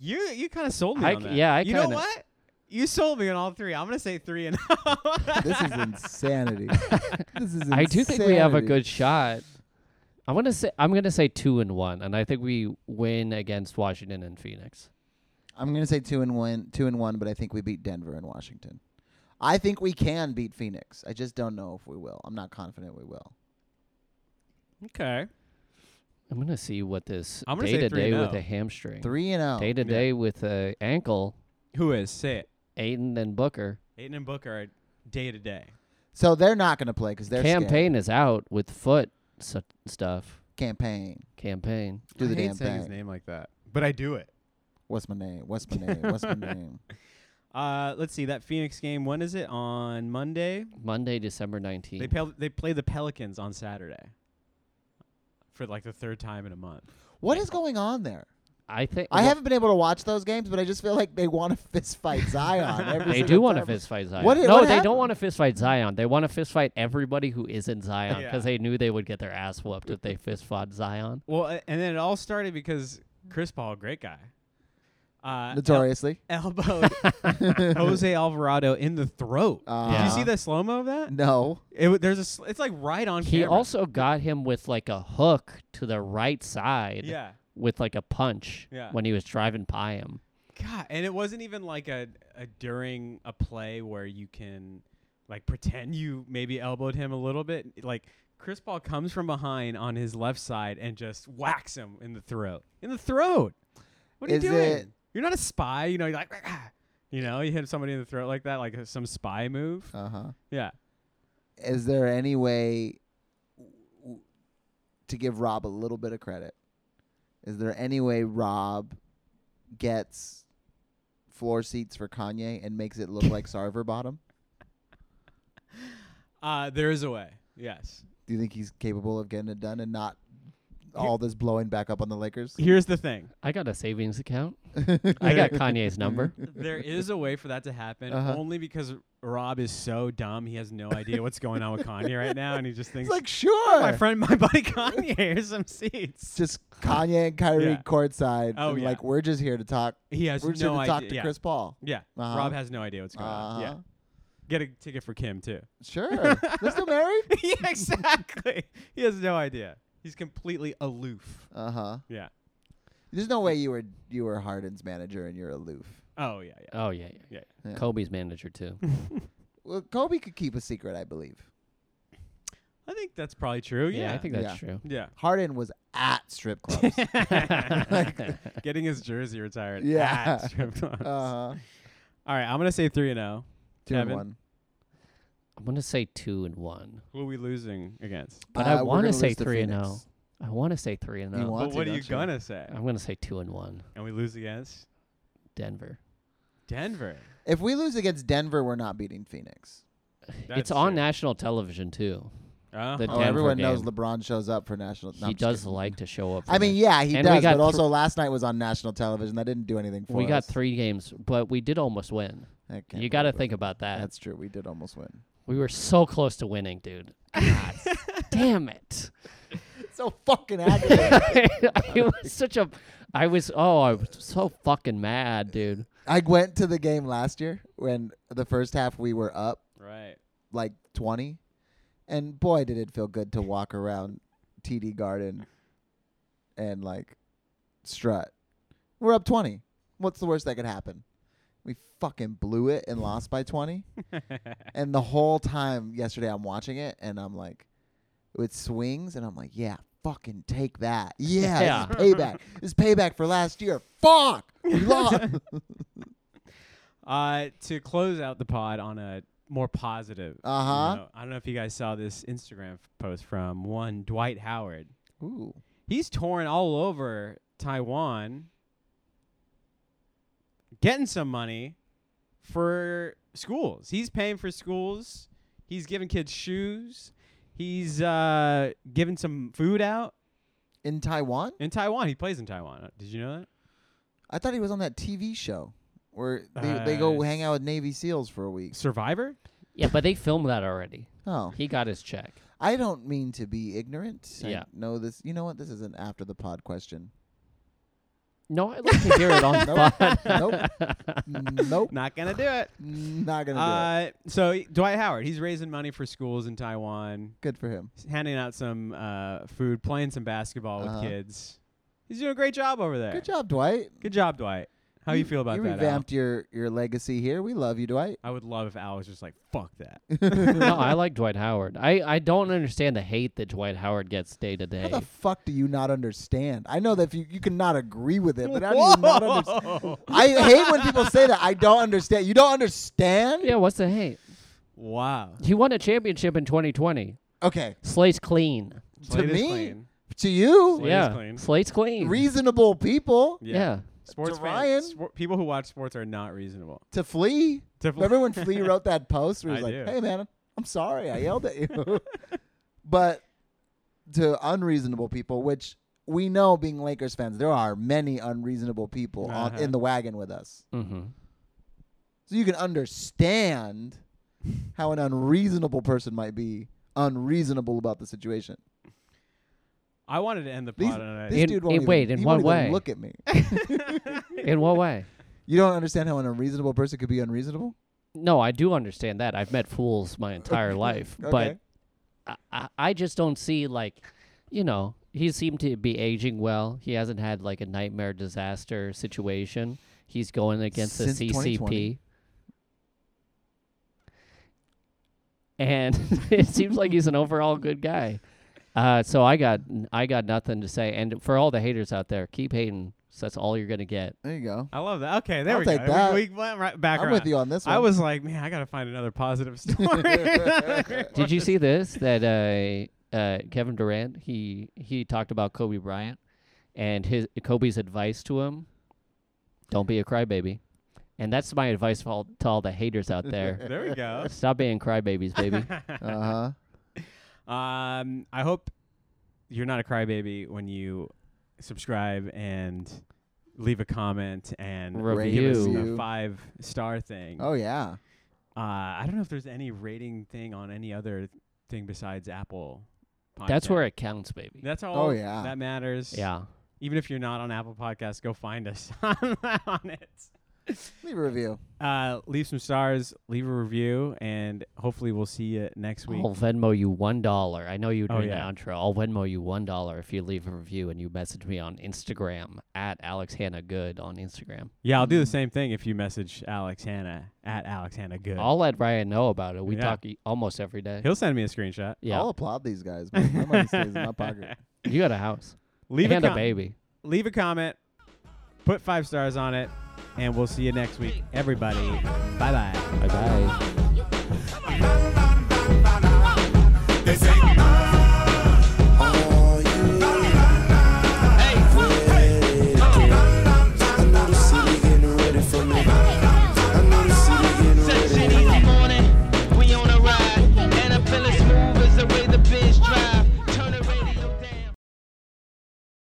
Speaker 1: You you kind of sold me
Speaker 2: I
Speaker 1: on
Speaker 2: c-
Speaker 1: that.
Speaker 2: yeah, I
Speaker 1: You know
Speaker 2: kinda-
Speaker 1: what? You sold me on all three. I'm gonna say three and.
Speaker 3: Uh-huh. this is insanity. this is insanity.
Speaker 2: I do think we have a good shot. I want to say I'm going to say 2 and 1 and I think we win against Washington and Phoenix.
Speaker 3: I'm gonna say two and one, two and one, but I think we beat Denver and Washington. I think we can beat Phoenix. I just don't know if we will. I'm not confident we will.
Speaker 1: okay.
Speaker 2: I'm going to see what this
Speaker 1: I'm gonna
Speaker 2: day
Speaker 1: say
Speaker 2: to
Speaker 1: three
Speaker 2: day
Speaker 1: and
Speaker 2: with
Speaker 1: oh.
Speaker 2: a hamstring.
Speaker 3: Three and oh.
Speaker 2: Day to
Speaker 3: zero.
Speaker 2: day with a ankle,
Speaker 1: Who is? Say it.
Speaker 2: Aiden and Booker.
Speaker 1: Aiden and Booker are day to day.
Speaker 3: So they're not gonna play because they're scared.
Speaker 2: campaign is out with foot su- stuff.
Speaker 3: Campaign.
Speaker 2: Campaign.
Speaker 3: Do the
Speaker 1: I hate
Speaker 3: damn
Speaker 1: saying his
Speaker 3: thing.
Speaker 1: name like that, but I do it.
Speaker 3: What's my name? What's my name? What's my name?
Speaker 1: Uh, let's see that Phoenix game. When is it on Monday?
Speaker 2: Monday, December 19th.
Speaker 1: They pel- they play the Pelicans on Saturday. For like the third time in a month.
Speaker 3: What is going on there?
Speaker 2: I think
Speaker 3: I haven't been able to watch those games, but I just feel like they want to fist fight Zion. Every
Speaker 2: They
Speaker 3: single
Speaker 2: do want to
Speaker 3: time.
Speaker 2: fist fight Zion.
Speaker 3: What i-
Speaker 2: no,
Speaker 3: what
Speaker 2: they
Speaker 3: happened?
Speaker 2: don't want to fist fight Zion. They want to fist fight everybody who isn't Zion
Speaker 1: Yeah.
Speaker 2: because they knew they would get their ass whooped if they fist fought Zion.
Speaker 1: Well, a- and then it all started because Chris Paul, great guy, uh,
Speaker 3: notoriously.
Speaker 1: el- elbowed Jose Alvarado in the throat. Did you
Speaker 3: Uh-huh.
Speaker 1: see the slow mo of that?
Speaker 3: No.
Speaker 1: It w- there's a sl- it's like right on.
Speaker 2: He
Speaker 1: camera.
Speaker 2: also got him with like a hook to the right side
Speaker 1: yeah.
Speaker 2: with like a punch
Speaker 1: Yeah.
Speaker 2: when he was driving by him.
Speaker 1: God, and it wasn't even like a, a during a play where you can like pretend you maybe elbowed him a little bit. Like Chris Paul comes from behind on his left side and just whacks him in the throat. In the throat. What are
Speaker 3: Is
Speaker 1: you doing?
Speaker 3: it-
Speaker 1: You're not a spy, you know, you're like "Ah," you know, you hit somebody in the throat like that, like uh, some spy move.
Speaker 3: Uh
Speaker 2: Uh-huh.
Speaker 3: huh.
Speaker 1: Yeah.
Speaker 3: Is there any way w- to give Rob a little bit of credit? Is there any way Rob gets floor seats for Kanye and makes it look like Sarver Bottom?
Speaker 1: Uh there is a way. Yes.
Speaker 3: Do you think he's capable of getting it done and not all this blowing back up on the Lakers?
Speaker 1: Here's the thing.
Speaker 2: I got a savings account. I got Kanye's number.
Speaker 1: there is a way for that to happen
Speaker 3: Uh-huh.
Speaker 1: only because Rob is so dumb. He has no idea what's going on with Kanye right now, and he just
Speaker 3: He's
Speaker 1: thinks
Speaker 3: like, sure.
Speaker 1: my friend, my buddy Kanye, here's some seats.
Speaker 3: just Kanye and Kyrie
Speaker 1: Yeah.
Speaker 3: courtside.
Speaker 1: Oh,
Speaker 3: and
Speaker 1: yeah.
Speaker 3: Like we're just here to talk.
Speaker 1: He has
Speaker 3: we're just
Speaker 1: no
Speaker 3: here to
Speaker 1: idea.
Speaker 3: talk to
Speaker 1: yeah,
Speaker 3: Chris Paul.
Speaker 1: yeah.
Speaker 3: Uh-huh.
Speaker 1: Rob has no idea what's going on. Yeah,
Speaker 3: Uh-huh.
Speaker 1: get a ticket for Kim too.
Speaker 3: Sure. They're still married.
Speaker 1: yeah, exactly. he has no idea. He's completely aloof.
Speaker 3: Uh huh.
Speaker 1: Yeah.
Speaker 3: There's no way you were you were Harden's manager and you're aloof.
Speaker 1: Oh yeah, yeah.
Speaker 2: Oh yeah, yeah.
Speaker 3: Yeah.
Speaker 2: Kobe's manager too.
Speaker 3: Well, Kobe could keep a secret, I believe.
Speaker 1: I think that's probably true. Oh, Yeah,
Speaker 2: yeah, I think that's
Speaker 1: Yeah.
Speaker 3: Harden was at strip clubs.
Speaker 2: true.
Speaker 1: Getting his jersey retired.
Speaker 3: Yeah.
Speaker 1: at strip clubs.
Speaker 3: uh,
Speaker 1: All right, I'm gonna say three and oh. zero.
Speaker 3: two and
Speaker 1: Kevin?
Speaker 3: one.
Speaker 2: I'm gonna say two and one,
Speaker 1: Who are we losing against?
Speaker 2: but
Speaker 3: Uh,
Speaker 2: I
Speaker 3: we're
Speaker 2: want to
Speaker 3: gonna
Speaker 2: say
Speaker 3: lose to
Speaker 2: three and
Speaker 3: Phoenix.
Speaker 2: zero. I want to say three and oh.
Speaker 3: You
Speaker 2: zero.
Speaker 3: want-
Speaker 1: But
Speaker 3: to,
Speaker 1: what are
Speaker 3: don't
Speaker 1: you
Speaker 3: you?
Speaker 1: gonna say?
Speaker 2: I'm gonna say two and one.
Speaker 1: And we lose against
Speaker 2: Denver.
Speaker 1: Denver.
Speaker 3: If we lose against Denver, we're not beating Phoenix.
Speaker 2: it's
Speaker 1: That's
Speaker 2: on
Speaker 1: true.
Speaker 2: national television too.
Speaker 1: Uh-huh.
Speaker 2: The
Speaker 3: Oh,
Speaker 2: Denver
Speaker 3: everyone knows
Speaker 2: game.
Speaker 3: LeBron shows up for national. no,
Speaker 2: he
Speaker 3: I'm just
Speaker 2: does
Speaker 3: kidding.
Speaker 2: like to show up.
Speaker 3: I
Speaker 2: for
Speaker 3: mean,
Speaker 2: the-
Speaker 3: yeah, he
Speaker 2: And we
Speaker 3: does.
Speaker 2: got
Speaker 3: But also, last night was on national television. That didn't do anything for
Speaker 2: we
Speaker 3: us.
Speaker 2: got three games, but we did almost win.
Speaker 3: I can't
Speaker 2: you got to
Speaker 3: believe it.
Speaker 2: think about that.
Speaker 3: That's true. We did almost win.
Speaker 2: we were so close to winning, dude. God, damn it!
Speaker 3: so fucking aggravating.
Speaker 2: it was such a. I was oh, I was so fucking mad, dude.
Speaker 3: I went to the game last year when the first half we were up
Speaker 1: right.
Speaker 3: like 20. And boy, did it feel good to walk around TD Garden and like strut. We're up 20. What's the worst that could happen? We fucking blew it and lost by 20. and the whole time yesterday, I'm watching it and I'm like, it swings. And I'm like, yeah, fucking take that. Yeah,
Speaker 2: Yeah.
Speaker 3: This is payback. this is payback for last year. Fuck. We lost.
Speaker 1: Uh, to close out the pod on a more positive. you
Speaker 3: Uh-huh.
Speaker 1: know, I don't know if you guys saw this Instagram f- post from one Dwight Howard.
Speaker 3: Ooh.
Speaker 1: He's touring all over Taiwan, getting some money for schools. He's paying for schools. He's giving kids shoes. He's uh, giving some food out
Speaker 3: In Taiwan?
Speaker 1: in Taiwan. He plays in Taiwan. Uh, Did you know that?
Speaker 3: I thought he was on that TV show where they, they go
Speaker 1: Uh,
Speaker 3: hang out with Navy SEALs for a week.
Speaker 1: Survivor?
Speaker 2: Yeah, but they filmed that already.
Speaker 3: Oh,
Speaker 2: He got his check.
Speaker 3: I don't mean to be ignorant. I
Speaker 2: Yeah.
Speaker 3: know this. You know what? This is an after the pod question.
Speaker 2: No, I'd like to hear it on
Speaker 3: Nope.
Speaker 2: fun.
Speaker 3: Nope. nope.
Speaker 1: Not gonna do it.
Speaker 3: Not gonna do it.
Speaker 1: Uh, so y- Dwight Howard, he's raising money for schools in Taiwan,
Speaker 3: Good for him.
Speaker 1: s- handing out some uh, food, playing some basketball
Speaker 3: Uh-huh.
Speaker 1: with kids. He's doing a great job over there.
Speaker 3: Good job, Dwight.
Speaker 1: Good job, Dwight. How you, feel about
Speaker 3: you
Speaker 1: that? Al?
Speaker 3: revamped your your legacy here. We love you, Dwight.
Speaker 1: I would love if Al was just like, "Fuck that."
Speaker 2: no, I like Dwight Howard. I, I don't understand the hate that Dwight Howard gets day to
Speaker 3: How
Speaker 2: day.
Speaker 3: the fuck do you not understand? I know that if you you cannot agree with it, but how do you not understand?
Speaker 1: Whoa.
Speaker 3: I hate when people say that. I don't understand. You don't understand?
Speaker 2: Yeah, what's the hate?
Speaker 1: wow.
Speaker 2: He won a championship in 2020.
Speaker 3: Okay.
Speaker 2: Slate's clean.
Speaker 1: Slate is
Speaker 3: me,
Speaker 1: clean.
Speaker 3: To you,
Speaker 1: Slate is
Speaker 2: yeah,
Speaker 1: clean.
Speaker 2: Slate's clean.
Speaker 3: reasonable people.
Speaker 2: yeah.
Speaker 1: Sports
Speaker 3: to Ryan.
Speaker 1: fans, spor- people who watch sports are not reasonable.
Speaker 3: to Flea.
Speaker 1: To-
Speaker 3: Remember when Flea wrote that post where he's
Speaker 1: I
Speaker 3: like,
Speaker 1: do.
Speaker 3: "Hey man, I'm sorry, I yelled at you," but to unreasonable people, which we know being Lakers fans, there are many unreasonable people on,
Speaker 1: Uh-huh.
Speaker 3: in the wagon with us.
Speaker 2: Mm-hmm.
Speaker 3: So you can understand how an unreasonable person might be unreasonable about the situation.
Speaker 1: I wanted to end the
Speaker 3: These-
Speaker 1: pod on a
Speaker 3: This
Speaker 2: In-
Speaker 3: dude won't
Speaker 2: in- wait,
Speaker 3: even,
Speaker 2: in
Speaker 3: he
Speaker 2: what
Speaker 3: won't even
Speaker 2: way?
Speaker 3: look at me.
Speaker 2: In what way?
Speaker 3: You don't understand how an unreasonable person could be unreasonable.
Speaker 2: No, I do understand that. I've met fools my entire life, but
Speaker 3: Okay.
Speaker 2: I- I, I just don't see like, you know, he seemed to be aging well. He hasn't had like a nightmare disaster situation. He's going against
Speaker 3: Since
Speaker 2: the
Speaker 3: 2020.
Speaker 2: CCP. And it seems like he's an overall good guy. Uh, so I got I got nothing to say. And for all the haters out there, keep hating. So that's all you're gonna get.
Speaker 3: there you go.
Speaker 1: I love that. Okay, there
Speaker 3: I'll
Speaker 1: we
Speaker 3: take
Speaker 1: go.
Speaker 3: that.
Speaker 1: We, we went right back
Speaker 3: I'm
Speaker 1: around.
Speaker 3: with you on this one.
Speaker 1: I was like, man, I gotta find another positive story.
Speaker 2: Did you see this? That uh, uh, Kevin Durant he he talked about Kobe Bryant and his Kobe's advice to him: don't be a crybaby. And that's my advice for all, to all the haters out there:
Speaker 1: There we go.
Speaker 2: stop being crybabies, baby.
Speaker 3: Uh huh.
Speaker 1: Um, I hope you're not a crybaby when you subscribe and leave a comment and give us
Speaker 2: Review.
Speaker 1: a five star thing.
Speaker 3: Oh yeah.
Speaker 1: Uh, I don't know if there's any rating thing on any other thing besides Apple. Podcast.
Speaker 2: That's where it counts, baby.
Speaker 1: That's all.
Speaker 3: Oh, yeah.
Speaker 1: that matters.
Speaker 2: yeah,
Speaker 1: Even if you're not on Apple Podcasts, go find us on, on it.
Speaker 3: Leave a review.
Speaker 1: Uh, leave some stars, leave a review, and hopefully we'll see you next week.
Speaker 2: I'll Venmo you one dollar. I know you
Speaker 1: Oh,
Speaker 2: doing the
Speaker 1: yeah.
Speaker 2: outro. I'll Venmo you one dollar if you leave a review and you message me on Instagram at Alex Hannah Good on Instagram.
Speaker 1: Yeah, I'll do the
Speaker 3: Mm.
Speaker 1: same thing if you message Alex Hanna at Alex Hanna Good.
Speaker 2: I'll let Ryan know about it. We
Speaker 1: Yeah.
Speaker 2: talk e- almost every day.
Speaker 1: He'll send me a screenshot.
Speaker 2: Yeah,
Speaker 3: I'll applaud these guys. man. My money stays in my pocket.
Speaker 2: you got a house.
Speaker 1: Leave a,
Speaker 2: and a
Speaker 1: com-
Speaker 2: baby.
Speaker 1: leave a comment, put five stars on it, and we'll see you next week, everybody. Bye bye.
Speaker 2: Bye bye.
Speaker 4: Bye.